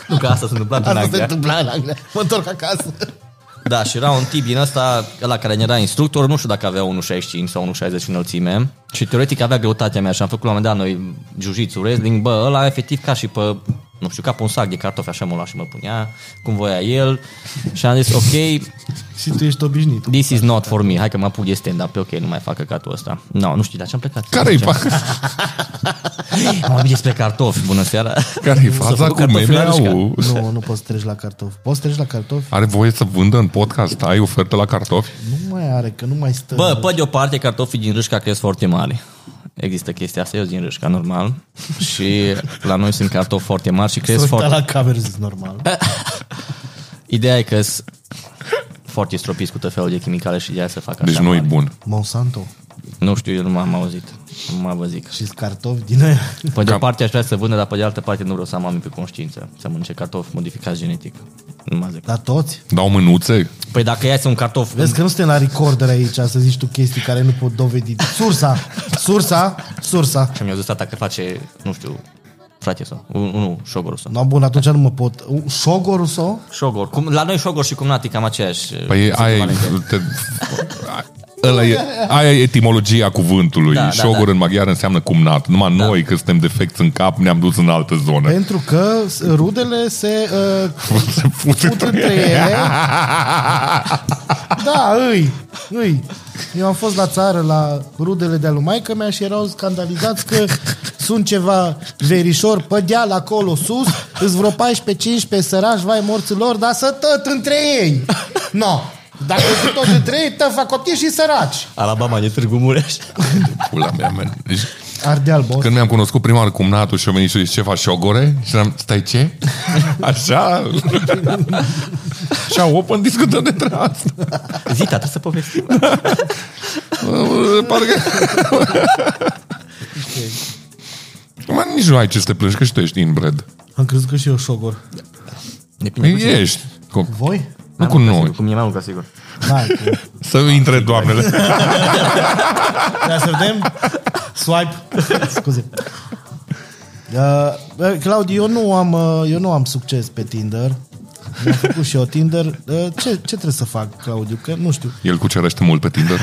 [SPEAKER 1] nu că asta s-a întâmplat în
[SPEAKER 3] Asta se
[SPEAKER 1] Anglia.
[SPEAKER 3] întâmpla în Anglia. Mă întorc acasă.
[SPEAKER 1] Da, și era un tip din ăsta, la care era instructor, nu știu dacă avea 1,65 sau 1,60 înălțime. Și teoretic avea greutatea mea și am făcut la un moment dat noi jiu-jitsu, wrestling, bă, ăla efectiv ca și pe, nu știu, ca pe un sac de cartofi, așa mă lua și mă punea, cum voia el. Și am zis, ok,
[SPEAKER 3] Și tu ești obișnuit.
[SPEAKER 1] this is not for me, hai că mă apuc de stand-up, Pe ok, nu mai fac căcatul ăsta. No, nu știu, dar ce-am plecat?
[SPEAKER 2] Care-i,
[SPEAKER 1] Ce-am-
[SPEAKER 2] fa-
[SPEAKER 1] Am vorbit despre cartofi, bună seara.
[SPEAKER 2] care-i
[SPEAKER 1] S-a
[SPEAKER 2] faza
[SPEAKER 1] făcut
[SPEAKER 2] cu
[SPEAKER 1] cartofi la
[SPEAKER 2] meme
[SPEAKER 1] Rușca.
[SPEAKER 2] au?
[SPEAKER 3] Nu, nu poți să treci la cartofi. Poți să treci la cartofi?
[SPEAKER 2] Are voie să vândă în podcast? Ai ofertă la cartofi?
[SPEAKER 3] Nu mai are, că nu mai stă.
[SPEAKER 1] Bă, pe de o parte, cartofii din Râșca cresc foarte mari. Există chestia asta, eu sunt din Râșca, normal. Și la noi sunt cartofi foarte mari și cresc
[SPEAKER 3] să
[SPEAKER 1] foarte...
[SPEAKER 3] foarte... la cameră, zis normal.
[SPEAKER 1] Ideea e că sunt foarte stropiți cu tot felul de chimicale și de aia să fac așa
[SPEAKER 2] Deci nu e
[SPEAKER 1] mari.
[SPEAKER 2] bun.
[SPEAKER 3] Monsanto
[SPEAKER 1] Nu știu, eu nu m-am auzit. Nu mă vă zic.
[SPEAKER 3] și cartofi din aia.
[SPEAKER 1] Pe de o
[SPEAKER 2] Cam-
[SPEAKER 1] parte aș vrea să vândă, dar pe de altă parte nu vreau să am oameni pe conștiință. Să mănânce cartofi modificați genetic. Nu mă zic.
[SPEAKER 3] Dar toți?
[SPEAKER 2] Dau mânuțe?
[SPEAKER 1] Păi dacă ia un cartof...
[SPEAKER 3] Vezi că nu suntem la recorder aici să zici tu chestii care nu pot dovedi. Sursa! Sursa! Sursa!
[SPEAKER 1] Și mi-a zis tata că face, nu știu, frate sau, un- unul, șogorul sau.
[SPEAKER 3] No, bun, atunci nu mă pot. Șogorul sau?
[SPEAKER 1] Șogor. Cum, la noi șogor și cumnati cam aceeași. uh,
[SPEAKER 2] Păi
[SPEAKER 1] sunt
[SPEAKER 2] aia e,
[SPEAKER 1] echivalente.
[SPEAKER 2] te, ăla e, aia e etimologia cuvântului.
[SPEAKER 1] Da,
[SPEAKER 2] Da,
[SPEAKER 1] da,
[SPEAKER 2] Șogor
[SPEAKER 1] da.
[SPEAKER 2] în maghiară înseamnă cumnat. Numai da. noi, că suntem defecți în cap, ne-am dus în altă zonă.
[SPEAKER 3] Pentru că s- rudele se... Uh,
[SPEAKER 1] Păi,
[SPEAKER 2] Se fut
[SPEAKER 3] fut între ele. da, îi, îi. Eu am fost la țară la rudele de-a lui maică mea și erau scandalizați că sunt ceva verișor pe deal acolo sus, îți vreo 14-15 sărași, vai morților, dar să tot între ei. No, dacă sunt tot între ei, tăfa copii și săraci.
[SPEAKER 1] Alabama de Târgu Mureș.
[SPEAKER 2] Pula mea, man. Deci,
[SPEAKER 3] Ardeal, boss.
[SPEAKER 2] când mi-am cunoscut prima oară cumnatul și a venit și a zis, ce faci, șogore? Și am stai ce? Așa? și au open discută de treabă.
[SPEAKER 1] Zi, tata, să povestim.
[SPEAKER 2] Parcă... Mă, nici nu ai ce să te plângi, că și tu ești inbred.
[SPEAKER 3] Am crezut că și eu șogor.
[SPEAKER 1] Depinde cu cine.
[SPEAKER 2] Ești. Cu,
[SPEAKER 3] Voi?
[SPEAKER 2] nu cu noi.
[SPEAKER 1] Cu mine mai mult, ca sigur.
[SPEAKER 3] Da, că-
[SPEAKER 2] Să intre doamnele.
[SPEAKER 3] Ia să vedem. Swipe. Scuze. Uh, Claudiu, eu nu am, uh, eu nu am succes pe Tinder. Mi-am făcut și eu Tinder. Uh, Ce, ce trebuie să fac, Claudiu? Că nu știu.
[SPEAKER 2] El cucerește mult pe Tinder?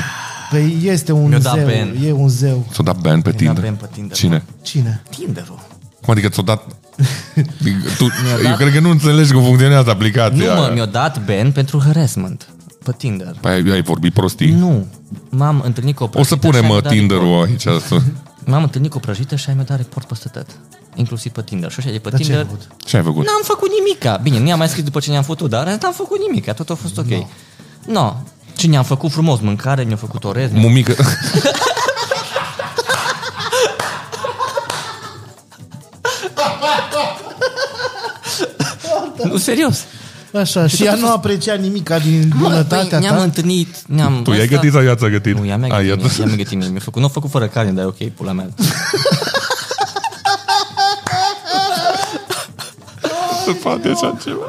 [SPEAKER 3] Păi este un
[SPEAKER 1] Mi-a dat
[SPEAKER 3] zeu.
[SPEAKER 1] ban.
[SPEAKER 3] E un zeu.
[SPEAKER 2] Ți-o dat ban pe
[SPEAKER 1] dat
[SPEAKER 2] Tinder?
[SPEAKER 1] ban pe Tinder, da.
[SPEAKER 2] Cine?
[SPEAKER 3] Cine?
[SPEAKER 1] Tinder-ul.
[SPEAKER 2] Cum adică ți-o dat... Adică tu, eu cred că nu înțelegi cum funcționează
[SPEAKER 1] Nu
[SPEAKER 2] aplicația.
[SPEAKER 1] mă, mi-a dat ban pentru harassment pe Tinder.
[SPEAKER 2] Păi ai, ai vorbit prostii?
[SPEAKER 1] Nu. M-am întâlnit cu o
[SPEAKER 2] O să
[SPEAKER 1] prăjită și
[SPEAKER 2] punem
[SPEAKER 1] ai
[SPEAKER 2] mă,
[SPEAKER 1] mi-a dat
[SPEAKER 2] Tinder-ul aici. să-
[SPEAKER 1] report. M-am întâlnit cu o prăjită și ai mi-a dat report peste tot. Inclusiv pe Tinder. Și așa de pe
[SPEAKER 3] Dar ce ai
[SPEAKER 1] Tinder...
[SPEAKER 3] făcut?
[SPEAKER 2] Ce ai făcut?
[SPEAKER 1] N-am făcut nimica. Bine, nu i-am mai scris după ce ne-am făcut, dar n-am făcut nimica. Tot a fost ok. Nu. No. Ce ne-am făcut frumos, mâncare, ne-am făcut orez. ne-am-
[SPEAKER 2] Mumică...
[SPEAKER 1] Nu, serios.
[SPEAKER 3] Așa, și ea nu aprecia nimica din bunătatea
[SPEAKER 1] păi ne-am
[SPEAKER 3] ta.
[SPEAKER 1] întâlnit, ne-am...
[SPEAKER 2] Tu i-ai
[SPEAKER 1] ăsta-
[SPEAKER 2] gătit sau i-ați gătit?
[SPEAKER 1] Nu, i-am
[SPEAKER 2] Ai,
[SPEAKER 1] gătit mie,
[SPEAKER 2] i-ați-
[SPEAKER 1] i-am gătit mie. Mi-a făcut, nu a făcut fără carne, dar e ok, pula mea.
[SPEAKER 2] Se poate așa ceva.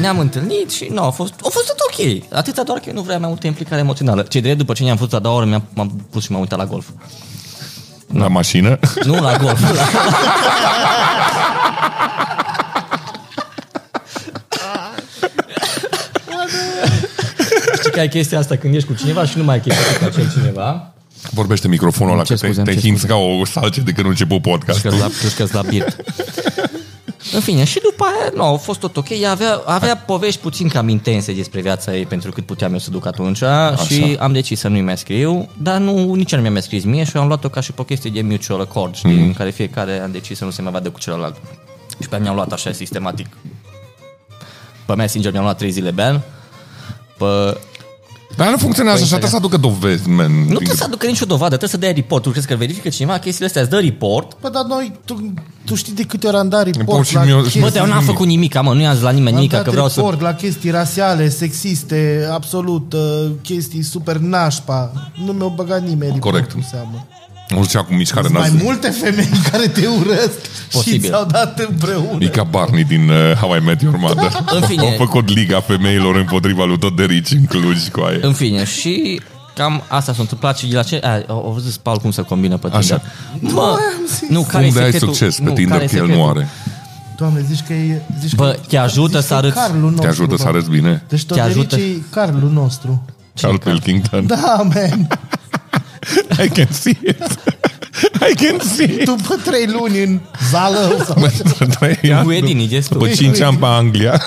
[SPEAKER 1] Ne-am întâlnit și nu, a fost, a fost tot ok. Atâta doar că eu nu vreau mai multă implicare emoțională. Ce drept, după ce ne-am fost a doua oră, mi-am, m-am pus și m-am uitat la golf.
[SPEAKER 2] La mașină?
[SPEAKER 1] Nu la golf, la... Știi că ai chestia asta când ești cu cineva și nu mai ai chestia cu acel cineva.
[SPEAKER 2] Vorbește microfonul ăla,
[SPEAKER 1] Ce
[SPEAKER 2] că te,
[SPEAKER 1] scuze,
[SPEAKER 2] te
[SPEAKER 1] ce
[SPEAKER 2] hinți ca o salce de când început podcastul.
[SPEAKER 1] Crezi la, crezi la birt. În fine, și după aia, nu, a fost tot ok. Ea avea, avea povești puțin cam intense despre viața ei, pentru cât puteam eu să duc atunci și am decis să nu-i mai scriu, dar nu, nici ea nu mi-a mai scris mie și eu am luat-o ca și pe o chestie de mutual accord, știi, mm. în care fiecare am decis să nu se mai vadă cu celălalt. Și pe aia mi-am luat așa sistematic. Pe Messenger mi-am luat 3 zile ban, pe
[SPEAKER 2] Dar nu funcționează așa, trebuie să aducă dovezi, man.
[SPEAKER 1] nu trebuie să aducă nicio dovadă, trebuie să dea report. Tu crezi că verifică cineva chestiile astea, îți dă report,
[SPEAKER 3] Bă, Păi, dar noi, tu, tu știi de câte ori am dat
[SPEAKER 2] Pur
[SPEAKER 3] report
[SPEAKER 2] și
[SPEAKER 3] la
[SPEAKER 2] mie-
[SPEAKER 3] chestii,
[SPEAKER 1] Bă, dar eu n-am făcut nimic, mă, nu i-am zis la nimeni
[SPEAKER 3] am
[SPEAKER 1] nimic,
[SPEAKER 3] dat
[SPEAKER 1] că vreau să...
[SPEAKER 3] report la chestii rasiale, sexiste, absolut, uh, chestii super nașpa. Nu mi-au băgat nimeni
[SPEAKER 2] Corect.
[SPEAKER 3] report în seamă.
[SPEAKER 2] Nu știa cu mișcare
[SPEAKER 3] Sunt mai
[SPEAKER 2] nasul.
[SPEAKER 3] multe femei care te urăsc
[SPEAKER 1] Posibil.
[SPEAKER 3] și ți-au dat împreună.
[SPEAKER 2] E ca Barney din uh, How I Met Your Mother.
[SPEAKER 1] În fine.
[SPEAKER 2] Au făcut Liga Femeilor împotriva lui tot de Ricci în Cluj cu aia.
[SPEAKER 1] În fine, și cam asta s-a întâmplat și de la ce... A, au zis Paul cum să combină pe Tinder.
[SPEAKER 2] Așa.
[SPEAKER 1] Mă, nu, care
[SPEAKER 2] Unde
[SPEAKER 1] e
[SPEAKER 2] ai
[SPEAKER 1] secretul?
[SPEAKER 2] succes pe
[SPEAKER 1] Nu, care
[SPEAKER 2] Tinder
[SPEAKER 1] e
[SPEAKER 2] că el
[SPEAKER 1] secretul?
[SPEAKER 2] nu are?
[SPEAKER 3] Doamne, zici că e... Zici
[SPEAKER 1] Bă,
[SPEAKER 3] că,
[SPEAKER 1] te ajută să
[SPEAKER 3] zici că e
[SPEAKER 1] arăți.
[SPEAKER 3] Carlul nostru,
[SPEAKER 2] Te ajută să
[SPEAKER 3] bă.
[SPEAKER 2] arăți bine?
[SPEAKER 3] Deci
[SPEAKER 1] Te ajută.
[SPEAKER 3] Todorici e Carlul nostru.
[SPEAKER 2] Carl Pilkington.
[SPEAKER 3] Da, man.
[SPEAKER 2] I can see it. I can see it.
[SPEAKER 3] După trei luni în zală sau
[SPEAKER 2] După trei ani,
[SPEAKER 1] Wedding e destul.
[SPEAKER 2] După 5 ani pe Anglia.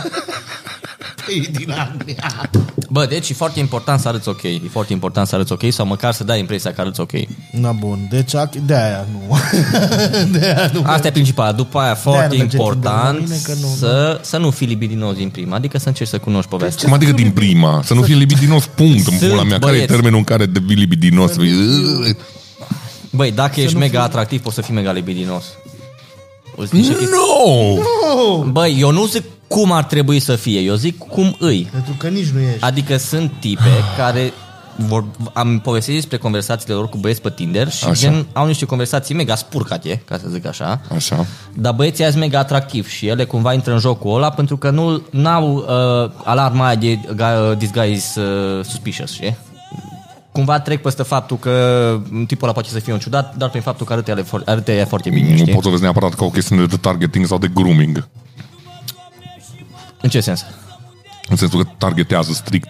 [SPEAKER 3] trei din Anglia.
[SPEAKER 1] Bă, deci e foarte important să arăți ok. E foarte important să arăți ok sau măcar să dai impresia că arăți ok.
[SPEAKER 3] Na bun, deci ac- de aia nu. de aia nu.
[SPEAKER 1] Asta e principala. După aia, foarte
[SPEAKER 3] nu Da, merge
[SPEAKER 1] important
[SPEAKER 3] Tinder la mine, că nu-
[SPEAKER 1] să, să nu fii libit din nou din prima. Adică să încerci să cunoști povestea.
[SPEAKER 2] Cum adică din prima? Să nu fie libidinos, punct, în
[SPEAKER 1] Sunt,
[SPEAKER 2] pula mea. Care e
[SPEAKER 1] băieți.
[SPEAKER 2] termenul în care devii libidinos?
[SPEAKER 3] Păi,
[SPEAKER 1] Băi, dacă ești mega atractiv, poți să fii mega libidinos. Îți zice chestia-
[SPEAKER 2] No!
[SPEAKER 1] Băi, eu nu zic cum ar trebui să fie, eu zic cum îi.
[SPEAKER 3] Pentru că nici nu ești.
[SPEAKER 1] Adică sunt tipe
[SPEAKER 2] Ah.
[SPEAKER 1] care vor, am povestit despre conversațiile lor cu băieți pe Tinder și
[SPEAKER 2] Așa.
[SPEAKER 1] gen, au niște conversații mega spurcate, ca să zic așa,
[SPEAKER 2] Așa.
[SPEAKER 1] dar băieții aia sunt mega atractiv și ele cumva intră în jocul ăla pentru că nu au uh, alarma aia de uh, this guy is uh, suspicious, știi? Cumva trec peste faptul că tipul ăla poate să fie un ciudat, dar prin faptul că arată ele for- arată ea foarte bine,
[SPEAKER 2] Nu
[SPEAKER 1] știi?
[SPEAKER 2] pot să vezi neapărat ca o chestiune de targeting sau de grooming.
[SPEAKER 1] În ce sens?
[SPEAKER 2] În sensul că targetează strict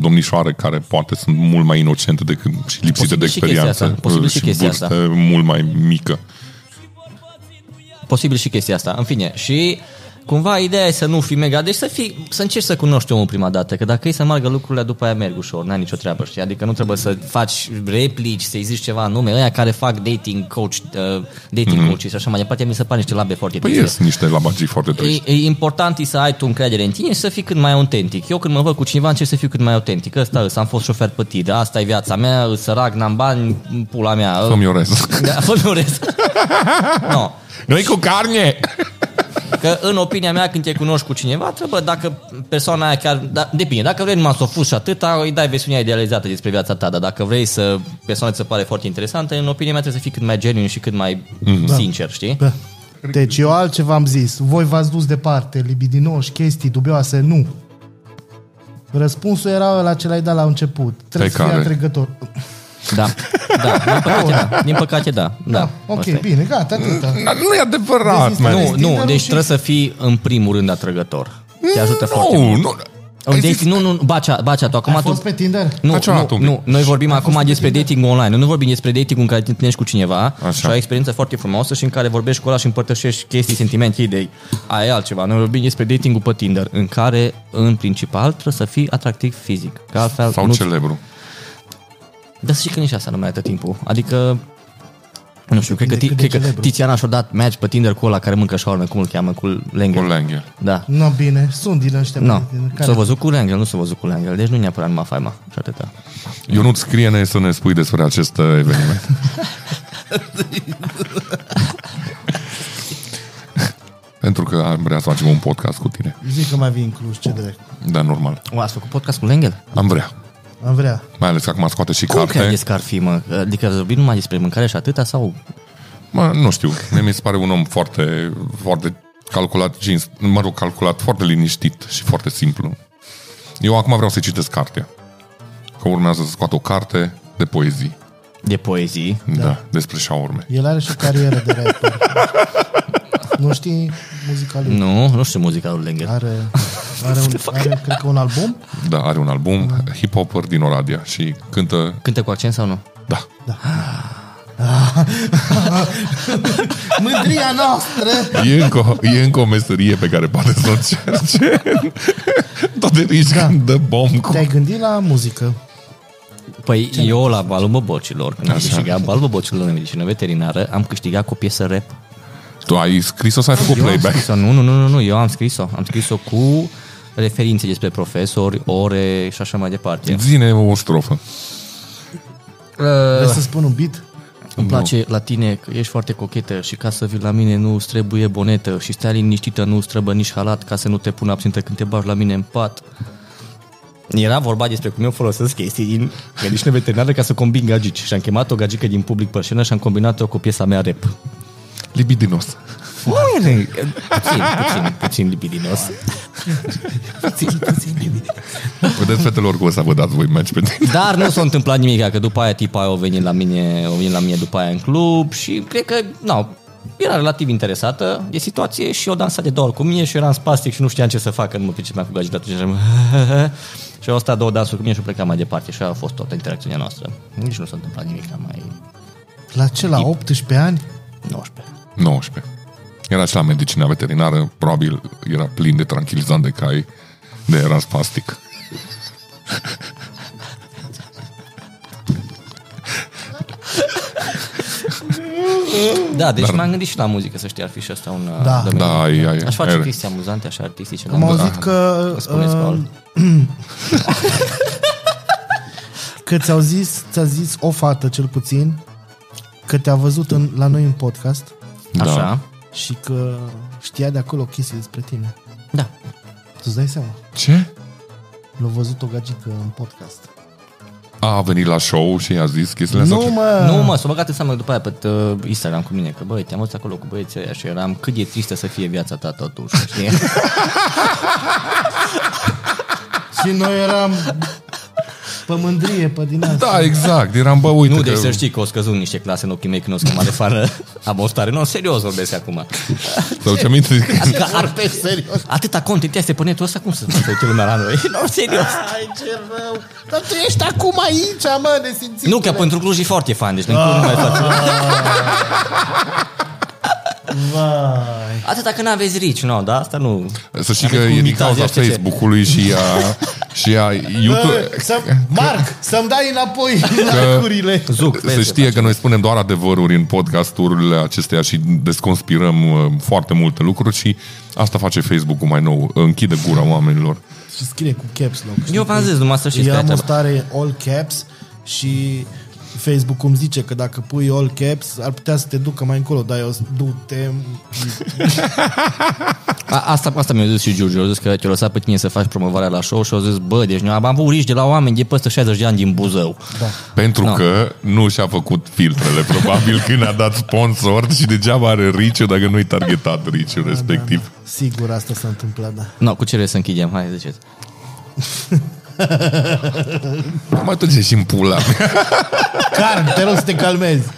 [SPEAKER 2] domnișoare care poate sunt mult mai inocente decât și lipsite
[SPEAKER 1] Posibil
[SPEAKER 2] de
[SPEAKER 1] și chestia
[SPEAKER 2] experiență.
[SPEAKER 1] asta. Posibil și chestia
[SPEAKER 2] vârstă
[SPEAKER 1] asta.
[SPEAKER 2] mult mai mică. Păi
[SPEAKER 1] Posibil și chestia asta. În fine, și cumva ideea e să nu fii mega, deci să, fii, să încerci să cunoști omul prima dată, că dacă e să meargă lucrurile, după aia merg ușor, n-ai nicio treabă, știi? Adică nu trebuie să faci replici, să-i zici ceva în nume, ăia care fac dating coach, uh, dating mm-hmm. coaches și așa mai departe, mi se pare niște labe foarte
[SPEAKER 2] Păi
[SPEAKER 1] triste.
[SPEAKER 2] ies niște labagii foarte triști.
[SPEAKER 1] E, e important e să ai tu încredere în tine și să fii cât mai autentic. Eu când mă văd cu cineva încerc să fiu cât mai autentic. Ăsta îs, am fost șofer pe tine, asta e viața mea, îs sărac, n-am bani, pula mea.
[SPEAKER 2] Să-mi iorez.
[SPEAKER 1] Da, fă-mi urez. no.
[SPEAKER 2] Noi cu carne!
[SPEAKER 1] Că în opinia mea când te cunoști cu cineva trebuie dacă persoana aia chiar da, depinde, dacă vrei numai să o fuzi și atâta îi dai versiunea idealizată despre viața ta, dar dacă vrei să persoana ți se pare foarte interesantă, în opinia mea trebuie să fii cât mai genuin și cât mai sincer, știi?
[SPEAKER 3] Bă. Deci eu altceva am zis. Voi v-ați dus departe, libidinoși, chestii dubioase, nu. Răspunsul era la ce l-ai dat la început. Trebuie
[SPEAKER 2] Pe
[SPEAKER 3] să fii
[SPEAKER 2] care?
[SPEAKER 3] atrăgător.
[SPEAKER 1] Da. Da, din păcate da. Din păcate da. Da.
[SPEAKER 3] ok,
[SPEAKER 1] Asta e.
[SPEAKER 3] bine, gata, atâta.
[SPEAKER 2] Nu e adevărat, man.
[SPEAKER 1] Nu, nu,
[SPEAKER 3] Tinder-ul
[SPEAKER 1] deci
[SPEAKER 3] și-
[SPEAKER 1] trebuie să fii în primul rând atrăgător.
[SPEAKER 2] Nu,
[SPEAKER 1] Te ajută foarte
[SPEAKER 2] Nu,
[SPEAKER 1] mult.
[SPEAKER 2] nu.
[SPEAKER 1] Un
[SPEAKER 2] Ai zis-
[SPEAKER 1] dating, nu, nu, bacea, bacea tu. Acum
[SPEAKER 3] Ai
[SPEAKER 1] tu,
[SPEAKER 3] fost pe Tinder?
[SPEAKER 1] nu,
[SPEAKER 2] Faci o altă
[SPEAKER 1] nu,
[SPEAKER 2] un pic.
[SPEAKER 1] nu, noi vorbim acum despre dating online. Nu vorbim despre dating în care te întâlnești cu cineva
[SPEAKER 2] Așa.
[SPEAKER 1] și ai o experiență foarte frumoasă și în care vorbești cu ăla și împărtășești chestii, sentimente, idei. Aia e altceva. Noi vorbim despre dating pe Tinder, în care, în principal, trebuie să fii atractiv fizic. Că altfel
[SPEAKER 2] Sau
[SPEAKER 1] nu...
[SPEAKER 2] celebru.
[SPEAKER 1] Dar să știi că nici asta nu mai arată timpul. Adică nu știu, cred că,
[SPEAKER 3] Depinde
[SPEAKER 1] ti-
[SPEAKER 3] cât de
[SPEAKER 1] cred că
[SPEAKER 3] celebru.
[SPEAKER 1] Tiziana și-a dat match pe Tinder cu ăla care mâncă șoarmă, cum îl cheamă, cu Lengel.
[SPEAKER 2] Cu Langhel.
[SPEAKER 1] Da.
[SPEAKER 3] Nu, bine, sunt din ăștia.
[SPEAKER 1] Nu,
[SPEAKER 3] pe Tinder. Care-
[SPEAKER 1] s-a văzut cu Lengel, nu s-a văzut cu Lengel, deci nu neapărat numai faima și atâta.
[SPEAKER 2] Eu nu-ți scrie-ne să ne spui despre acest uh, eveniment. Pentru că am vrea să facem un podcast cu tine.
[SPEAKER 3] Zic că mai vin în Cluj, ce drept.
[SPEAKER 2] Dar normal.
[SPEAKER 1] O, ați făcut podcast cu Lengel?
[SPEAKER 2] Am vrea.
[SPEAKER 3] Am vrea.
[SPEAKER 2] Mai ales că acum scoate și
[SPEAKER 1] Cum
[SPEAKER 2] carte.
[SPEAKER 1] credeți că ar fi, mă? Adică ați vorbit numai despre mâncare și atâta sau...
[SPEAKER 2] Mă, nu știu. Mie mi se pare un om foarte, foarte calculat, cinst, mă rog, calculat, foarte liniștit și foarte simplu. Eu acum vreau să citesc cartea. Că urmează să scoată o carte de poezii.
[SPEAKER 1] De poezii.
[SPEAKER 2] Da. da despre șaorme.
[SPEAKER 3] El are și o carieră de rapper. nu știi muzica lui?
[SPEAKER 1] Nu, nu știu muzica lui Lengel.
[SPEAKER 3] Are, are, un, are, cred că un album?
[SPEAKER 2] Da, are un album hip-hopper din Oradea și cântă,
[SPEAKER 1] Cântă cu accent sau nu?
[SPEAKER 2] da,
[SPEAKER 3] Mândria noastră!
[SPEAKER 2] E încă, o- e încă o meserie pe care poate să o cerce. Tot de risc da. dă bomb cu...
[SPEAKER 3] Te-ai gândit la muzică?
[SPEAKER 1] Păi eu la balul bocilor, când am
[SPEAKER 2] Așa.
[SPEAKER 1] câștigat balul bocilor în medicină veterinară, am câștigat cu o piesă rap
[SPEAKER 2] Tu ai scris-o sau ai făcut
[SPEAKER 1] Eu am
[SPEAKER 2] playback?
[SPEAKER 1] scris-o, nu, nu, nu, nu, nu, eu am scris-o. Am scris-o cu referințe despre profesori, ore și așa mai departe.
[SPEAKER 2] Zine o strofă.
[SPEAKER 3] Vrei să spun un beat?
[SPEAKER 1] Îmi place la tine că ești foarte cochetă și ca să vii la mine nu trebuie bonetă și stai liniștită, nu străbă nici halat ca să nu te pună absintă când te bagi la mine în pat. Era vorba despre cum eu folosesc chestii din medicină veterinară ca să combin gagici și am chemat o gagică din public pe scenă și am combinat-o cu piesa mea rap.
[SPEAKER 2] Libidinos.
[SPEAKER 1] Nu e puțin, puțin, puțin libidinos. puțin, puțin libidinos.
[SPEAKER 2] Vedeți, fetelor, cu ăsta vă dați voi match pe tine.
[SPEAKER 1] Dar nu s-a întâmplat nimic, că după aia tipa aia a venit la mine, a venit la mine după aia în club și cred că, nu, era relativ interesată de situație și o dansa de două ori cu mine și eu eram spastic și nu știam ce să fac, că nu mă pricepeam cu gajul de atunci. eram și au stat două dansuri cu mine și a plecat mai departe și aia a fost toată interacțiunea noastră. Nici nu s-a întâmplat nimic, mai
[SPEAKER 3] La ce, la 18 ani?
[SPEAKER 1] 19.
[SPEAKER 2] 19. Era și la medicina veterinară, probabil era plin de tranquilizant de cai, de era spastic.
[SPEAKER 1] Da, deci Dar... m-am gândit și la muzică, să știi, ar fi și asta un uh,
[SPEAKER 3] Da.
[SPEAKER 1] domeniu.
[SPEAKER 2] Da, ai, ai,
[SPEAKER 1] Aș face
[SPEAKER 2] ai-
[SPEAKER 1] chestii amuzante, așa, artistice.
[SPEAKER 3] Am
[SPEAKER 1] la-
[SPEAKER 3] auzit că...
[SPEAKER 1] Spuneți,
[SPEAKER 3] uh,
[SPEAKER 1] Paul.
[SPEAKER 3] Că ți-au zis, ți-a zis o fată cel puțin că te-a văzut în, la noi în podcast
[SPEAKER 2] Da.
[SPEAKER 1] Așa.
[SPEAKER 3] și că știa de acolo chestii despre tine.
[SPEAKER 1] Da.
[SPEAKER 3] Tu-ți dai seama?
[SPEAKER 2] Ce?
[SPEAKER 3] L-a văzut o gagică în podcast.
[SPEAKER 2] A venit la show și i-a zis chestiile astea?
[SPEAKER 3] Nu mă!
[SPEAKER 1] Nu, mă, s-o băgat în seamă după aia pe uh, Instagram cu mine, că băi, te-am văzut acolo cu băieții ăia și eram cât e tristă să fie viața ta totuși, știi?
[SPEAKER 3] Și noi eram pe mândrie, pe din asta.
[SPEAKER 2] Da, exact. Eram, bă, uite
[SPEAKER 1] nu,
[SPEAKER 2] că...
[SPEAKER 1] deci să știi că o scăzut niște clase în ochii mei când o scăma de fană abostare. Nu, serios vorbesc acum.
[SPEAKER 2] Sau ce aminte?
[SPEAKER 1] Adică ar pe serios. Atâta content este pe netul ăsta, cum să se uite lumea la noi? Nu, serios.
[SPEAKER 3] Ai, ce rău! Dar tu ești acum aici, mă, ne simțim.
[SPEAKER 1] Nu, că pentru Cluj e foarte fan, deci în Cluj nu mai fac.
[SPEAKER 3] Vai.
[SPEAKER 1] Atâta că n-aveți rici, nu, da, asta nu.
[SPEAKER 2] Să știi că
[SPEAKER 1] Adică
[SPEAKER 2] e din
[SPEAKER 1] imitați
[SPEAKER 2] cauza
[SPEAKER 1] ăștia ce-
[SPEAKER 2] Facebook-ului și a, și a YouTube.
[SPEAKER 3] Bă, să, Marc, să-mi dai înapoi like-urile.
[SPEAKER 1] Zuc,
[SPEAKER 2] Să știe că noi spunem doar adevăruri în podcasturile acestea și desconspirăm uh, foarte multe lucruri și asta face Facebook-ul mai nou. Închide gura oamenilor.
[SPEAKER 3] Și scrie cu caps lock. știi?
[SPEAKER 1] Eu v-am zis, numai să știți
[SPEAKER 3] Eu
[SPEAKER 1] că e
[SPEAKER 3] am o
[SPEAKER 1] treaba.
[SPEAKER 3] stare all caps și Facebook cum zice că dacă pui all caps ar putea să te ducă mai încolo, dar eu zic, du-te
[SPEAKER 1] A, asta, asta mi-a zis și Giurgiu, a zis că te-a lăsat pe tine să faci promovarea la show și a zis, bă, deci noi am avut riși de la oameni de peste 60 de ani din Buzău. Da.
[SPEAKER 2] Pentru
[SPEAKER 1] Da.
[SPEAKER 2] că nu și-a făcut filtrele, probabil când a dat sponsor și degeaba are riciu dacă nu-i targetat riciu respectiv.
[SPEAKER 3] sigur asta s-a întâmplat, da.
[SPEAKER 1] No, cu ce vrei să închidem? Hai, ziceți.
[SPEAKER 2] Mai duce și în pula mea.
[SPEAKER 3] Carl, te rog să te calmezi.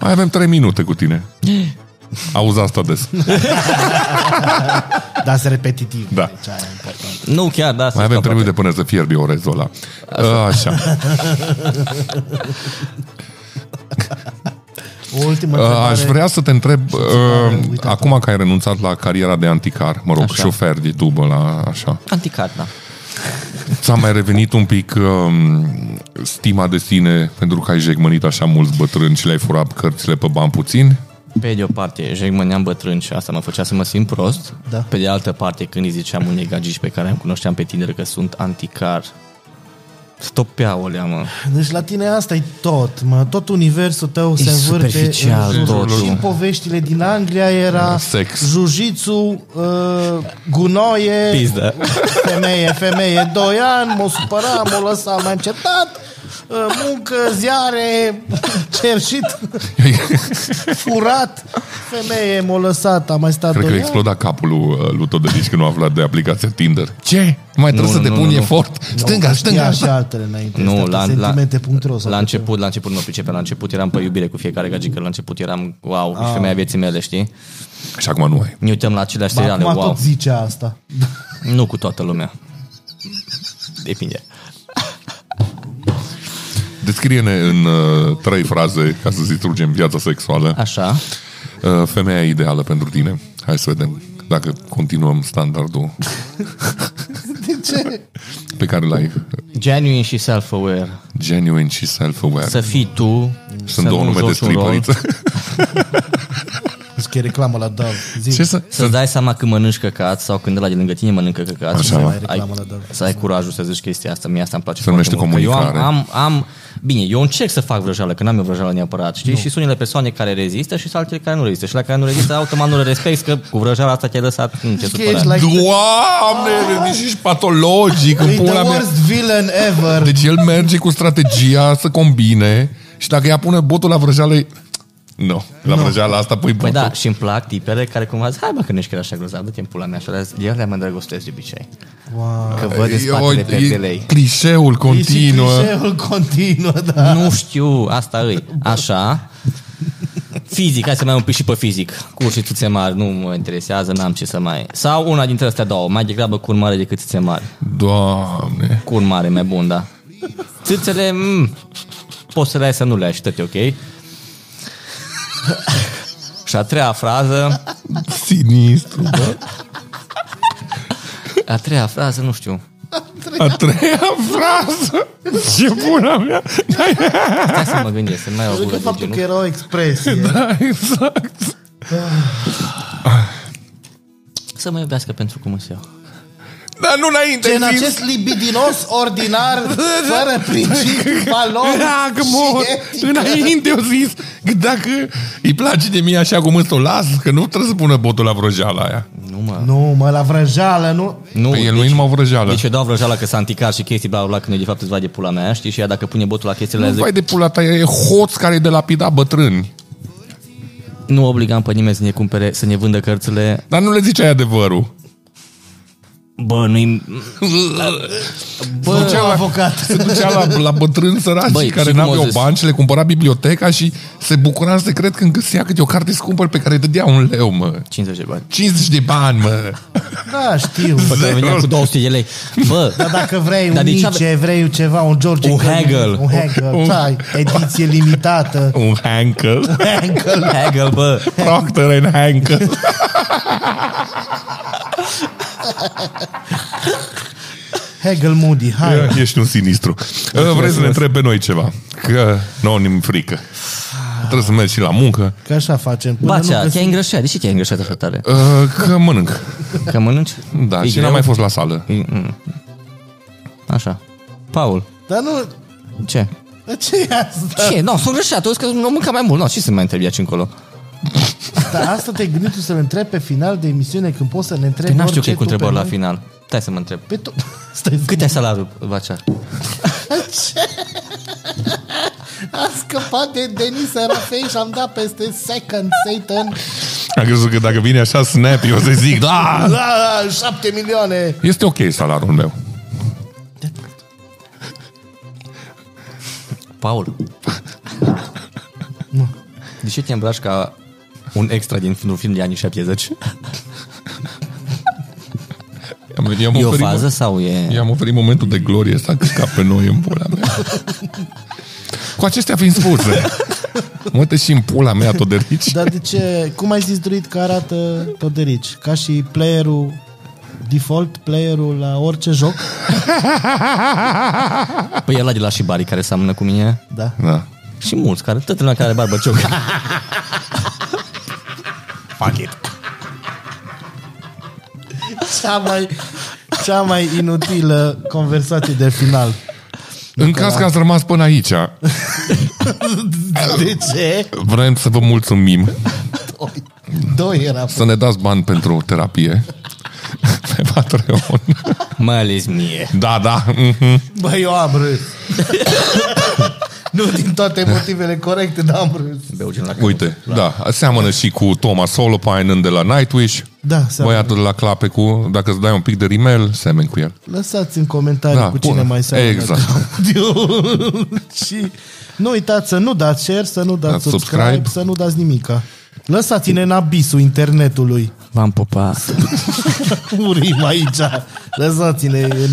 [SPEAKER 2] Mai avem trei minute cu tine. Auzi asta des.
[SPEAKER 3] Dar sunt repetitiv.
[SPEAKER 2] Da.
[SPEAKER 3] Deci aia e important.
[SPEAKER 1] Nu chiar, da.
[SPEAKER 2] Mai avem trei minute până să fierbi orezul ăla. Ă, Așa.
[SPEAKER 3] O ultimă
[SPEAKER 2] Uh,
[SPEAKER 3] întrebare.
[SPEAKER 2] Aș vrea să te întreb, uh,
[SPEAKER 3] uitat-o.
[SPEAKER 2] acum că ai renunțat la cariera de anticar, mă rog,
[SPEAKER 1] Așa.
[SPEAKER 2] șofer de tubă la așa,
[SPEAKER 1] Anticat, da.
[SPEAKER 2] ți-a mai revenit un pic uh, stima de sine pentru că ai jegmănit așa mulți bătrâni și le-ai furat cărțile pe bani puțin?
[SPEAKER 1] Pe de o parte, jegmăneam bătrân și asta mă făcea să mă simt prost.
[SPEAKER 3] Da.
[SPEAKER 1] Pe de altă parte, când îi ziceam unei gagici pe care am cunoșteam pe tineri că sunt anticar, stopea o leamă.
[SPEAKER 3] Deci la tine asta e tot, mă. Tot universul tău se învârte
[SPEAKER 1] superficial
[SPEAKER 3] în jurul.
[SPEAKER 1] totul.
[SPEAKER 3] Și în poveștile din Anglia era
[SPEAKER 2] Sex.
[SPEAKER 3] jujițu, uh, gunoie,
[SPEAKER 1] Pizdă.
[SPEAKER 3] femeie, femeie, doi ani, m-o supăra, m-o lăsa, m-a încetat, uh, muncă, ziare, cerșit, furat, femeie, m-o lăsat, am mai stat
[SPEAKER 2] Cred că
[SPEAKER 3] doi ani.
[SPEAKER 2] exploda capul lui, uh, lui Todelici când a aflat de aplicația Tinder. Ce? Mai
[SPEAKER 1] Nu,
[SPEAKER 2] trebuie să
[SPEAKER 1] nu,
[SPEAKER 2] depun
[SPEAKER 1] nu, nu.
[SPEAKER 2] efort? Stânga,
[SPEAKER 3] Știa
[SPEAKER 2] stânga.
[SPEAKER 3] și altele înainte.
[SPEAKER 1] Nu,
[SPEAKER 3] astea pe
[SPEAKER 1] la, la,
[SPEAKER 3] sentimente.ro sau
[SPEAKER 1] la,
[SPEAKER 3] pe ceva.
[SPEAKER 1] început, la început nu pricepeam, la început eram pe iubire cu fiecare gagică, la început eram, wow,
[SPEAKER 3] Ah.
[SPEAKER 1] ești femeia vieții mele, știi?
[SPEAKER 2] Și acum nu ai.
[SPEAKER 1] Ne uităm la aceleași
[SPEAKER 3] Ba,
[SPEAKER 1] seriale,
[SPEAKER 3] Acum
[SPEAKER 1] wow.
[SPEAKER 3] tot zice asta.
[SPEAKER 1] Nu cu toată lumea. Depinde.
[SPEAKER 2] Descrie-ne în uh, trei fraze, ca să-ți distrugem viața sexuală,
[SPEAKER 1] Așa.
[SPEAKER 2] uh, femeia ideală pentru tine. Hai să vedem dacă continuăm standardul
[SPEAKER 3] De ce?
[SPEAKER 2] pe care l-ai.
[SPEAKER 1] Genuine și self-aware.
[SPEAKER 2] Genuine și self-aware.
[SPEAKER 1] Să fii tu,
[SPEAKER 2] Sunt două nume de stripăriță.
[SPEAKER 3] Deci că e reclamă la Dove. Zi.
[SPEAKER 2] Ce să...
[SPEAKER 1] Să-ți dai seama când mănânci căcat sau când ăla de lângă tine mănâncă căcat.
[SPEAKER 2] Așa.
[SPEAKER 1] Să
[SPEAKER 2] Mai
[SPEAKER 1] ai,
[SPEAKER 3] reclamă la Dove.
[SPEAKER 1] să ai curajul să zici chestia asta. Mie asta îmi place
[SPEAKER 2] Se numește
[SPEAKER 1] foarte mult. Că Eu am,
[SPEAKER 2] comunicare.
[SPEAKER 1] am, am, bine, eu încerc să fac vrăjeală, că n-am eu vrăjeală neapărat, știi? Și sunt unele persoane care rezistă și sunt altele care nu rezistă. Și la care nu rezistă, automat nu le respecti, că cu vrăjeala asta te-ai lăsat, nu te
[SPEAKER 3] Știi că ești
[SPEAKER 1] supăra.
[SPEAKER 3] like
[SPEAKER 2] Doamne, nici ești patologic în
[SPEAKER 3] e the
[SPEAKER 2] pula mea.
[SPEAKER 3] worst villain ever.
[SPEAKER 2] Deci el merge cu strategia să combine și dacă ea pune botul la vrăjeală, e- nu, la vrăjeala asta pui
[SPEAKER 1] Păi
[SPEAKER 2] botul.
[SPEAKER 1] da, și îmi plac tipele care cumva zic, hai mă că nu ești chiar așa grozav, du-te în pula mea, și alea zic, eu le mă îndrăgostesc de obicei.
[SPEAKER 3] Wow.
[SPEAKER 1] Că văd în
[SPEAKER 2] E o-
[SPEAKER 1] spatele
[SPEAKER 2] e
[SPEAKER 1] perdelei.
[SPEAKER 2] Clișeul
[SPEAKER 3] Și
[SPEAKER 2] continuă.
[SPEAKER 3] clișeul continuă, da.
[SPEAKER 1] Nu știu, asta îi. Așa. Fizic, hai să mai un pic și pe fizic. Cu și țuțe mari, nu mă interesează, n-am ce să mai... Sau una dintre astea două, mai degrabă cu mare decât țuțe mari.
[SPEAKER 2] Doamne.
[SPEAKER 1] Cu mare, mai bun, da. Țâțele, mm, poți să le ai să nu le ai și tot e ok. și a treia frază,
[SPEAKER 2] Sinistru, da? bă.
[SPEAKER 1] a treia frază, nu știu.
[SPEAKER 2] A treia frază. Ce bună mea.
[SPEAKER 1] Stai să mă gândesc, să mai au
[SPEAKER 3] Cred
[SPEAKER 1] gură
[SPEAKER 3] că
[SPEAKER 1] de
[SPEAKER 3] faptul că
[SPEAKER 1] genul.
[SPEAKER 3] era o expresie.
[SPEAKER 2] Da, exact.
[SPEAKER 1] Să mă iubească pentru cum sunt eu.
[SPEAKER 2] Dar nu înainte.
[SPEAKER 3] În
[SPEAKER 2] ai zis.
[SPEAKER 3] acest libidinos ordinar, fără principii, valori
[SPEAKER 2] Da, că mor.
[SPEAKER 3] și etică.
[SPEAKER 2] Înainte eu zis că dacă îi place de mine așa cum îți o las, că nu trebuie să pună botul la vrăjeala aia.
[SPEAKER 1] Nu mă...
[SPEAKER 3] Nu, mă, la vrăjeală, nu.
[SPEAKER 1] Nu,
[SPEAKER 2] Păi el nu e numai vrăjeală.
[SPEAKER 3] Da.
[SPEAKER 1] Deci eu dau vrăjeala că s-a anticat și chestii bla bla bla, când e de fapt îți vai de pula mea, știi? Și ea dacă pune botul la chestiile alea,
[SPEAKER 2] Nu
[SPEAKER 1] zic,
[SPEAKER 2] vai de pula ta, e hoț care e de lapida bătrâni.
[SPEAKER 1] nu obligam pe nimeni să ne cumpere, să ne vândă cărțile.
[SPEAKER 2] Dar nu le ziceai adevărul.
[SPEAKER 1] Bă, nu-i...
[SPEAKER 3] Bă,
[SPEAKER 2] ducea la-
[SPEAKER 3] avocat.
[SPEAKER 2] Se ducea la, la bătrâni
[SPEAKER 1] Băi,
[SPEAKER 2] săraci Băi, care
[SPEAKER 1] și cum au
[SPEAKER 2] n-aveau
[SPEAKER 1] zis?
[SPEAKER 2] bani și le cumpăra biblioteca și se bucura în secret când găsea câte o carte scumpă pe care îi dădea un leu, mă.
[SPEAKER 1] 50 de bani.
[SPEAKER 2] 50 de bani, mă.
[SPEAKER 3] Da, știu.
[SPEAKER 1] Bă, că
[SPEAKER 2] Zero.
[SPEAKER 1] veneam cu 200 de lei.
[SPEAKER 3] Dar
[SPEAKER 1] Bă,
[SPEAKER 3] dacă vrei un
[SPEAKER 1] Dar de ce
[SPEAKER 3] Nietzsche, vrei ceva, un George
[SPEAKER 1] Un
[SPEAKER 3] Călin,
[SPEAKER 1] Hegel.
[SPEAKER 3] Un Hegel,
[SPEAKER 2] Un-
[SPEAKER 3] da, ediție limitată.
[SPEAKER 2] Un Hankel.
[SPEAKER 1] Hegel, Hegel, bă.
[SPEAKER 2] Procter and Hankel.
[SPEAKER 3] Hegel Moody, hai.
[SPEAKER 2] Ești un sinistru. Ă, Vrei să ne întrebi pe noi ceva? Că nouă ne frică. Trebuie să mergi și la muncă.
[SPEAKER 3] Că așa facem. Până nu
[SPEAKER 1] Bacea,
[SPEAKER 3] găsim-
[SPEAKER 1] te-ai îngrășat. De ce te-ai îngrășat așa tare?
[SPEAKER 2] Uh, Că mănânc.
[SPEAKER 1] Că mănânci?
[SPEAKER 2] Da,
[SPEAKER 1] E
[SPEAKER 2] și
[SPEAKER 1] greu?
[SPEAKER 2] n-am mai fost la sală.
[SPEAKER 1] Așa. Paul,
[SPEAKER 3] Dar nu,
[SPEAKER 1] ce?
[SPEAKER 3] dar ce e asta?
[SPEAKER 1] Ce? Nu, sunt greșit, tu că nu mânca mai mult. Nu, ce să mai întrebi aici încolo?
[SPEAKER 3] Dar asta te-ai gândit tu să-l întrebi pe final de emisiune când poți să ne întrebi
[SPEAKER 1] Păi n-am
[SPEAKER 3] orice
[SPEAKER 1] știu că e cu
[SPEAKER 3] tu pe
[SPEAKER 1] întrebări la
[SPEAKER 3] noi?
[SPEAKER 1] final. Stai să mă întreb.
[SPEAKER 3] Pe tu... Stai zi.
[SPEAKER 1] Cât ai salariul, Bacea?
[SPEAKER 3] Am scăpat de Denis Serafei și am dat peste second Satan.
[SPEAKER 2] Am crezut că dacă vine așa snap, eu o să zic, da!
[SPEAKER 3] Da, da, șapte milioane.
[SPEAKER 2] Este ok salariul meu.
[SPEAKER 1] Paul. De ce te îmbraci ca un extra din un film de anii 70?
[SPEAKER 2] I-am, i-am
[SPEAKER 1] E o
[SPEAKER 2] oferit-
[SPEAKER 1] fază sau e...
[SPEAKER 2] I-am oferit momentul de glorie să scap pe noi în pula mea. Cu acestea fiind spuse, mă te și în pula mea,
[SPEAKER 1] Da.
[SPEAKER 2] Toderici.
[SPEAKER 3] Dar de ce? Cum ai zis, Druid, că arată Toderici? Ca și playerul default playerul la orice joc?
[SPEAKER 1] Păi ăla de la Shibari care seamănă cu mine
[SPEAKER 3] Da.
[SPEAKER 2] Da.
[SPEAKER 1] și mulți care, toată lumea care are barbăcioc.
[SPEAKER 3] Fuck it. Cea mai, cea mai inutilă conversație de final.
[SPEAKER 2] În caz că ați rămas până aici,
[SPEAKER 3] De ce?
[SPEAKER 2] vrem să vă mulțumim,
[SPEAKER 3] Doi. Doi era.
[SPEAKER 2] să ne dați bani pentru terapie pe Patreon.
[SPEAKER 1] Mai ales mie.
[SPEAKER 2] Da, da. mhm.
[SPEAKER 3] Bă, eu am râs. nu din toate motivele corecte, dar am râs.
[SPEAKER 1] Beau genul la cap.
[SPEAKER 2] Uite, da, seamănă și cu Thomas Solopainen de la Nightwish,
[SPEAKER 3] Da, să
[SPEAKER 2] băiatul de la clape cu, dacă îți dai un pic de rimel, semeni cu el.
[SPEAKER 3] lăsați în comentarii
[SPEAKER 2] Da,
[SPEAKER 3] da, cu cine
[SPEAKER 2] bună.
[SPEAKER 3] mai seamănă.
[SPEAKER 2] Exact.
[SPEAKER 3] și nu uitați să nu dați share, să nu dați
[SPEAKER 2] Dați
[SPEAKER 3] subscribe,
[SPEAKER 2] subscribe.
[SPEAKER 3] subscribe, să nu dați nimica. Lăsați-ne în abisul internetului.
[SPEAKER 1] V-am pupat.
[SPEAKER 3] Urim aici. Lăsați-ne în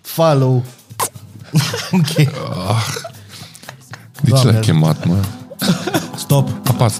[SPEAKER 3] follow. ok.
[SPEAKER 2] De ce
[SPEAKER 3] Doamne
[SPEAKER 2] l-ai
[SPEAKER 3] ajută.
[SPEAKER 2] chemat, mă?
[SPEAKER 3] Stop.
[SPEAKER 2] Apas.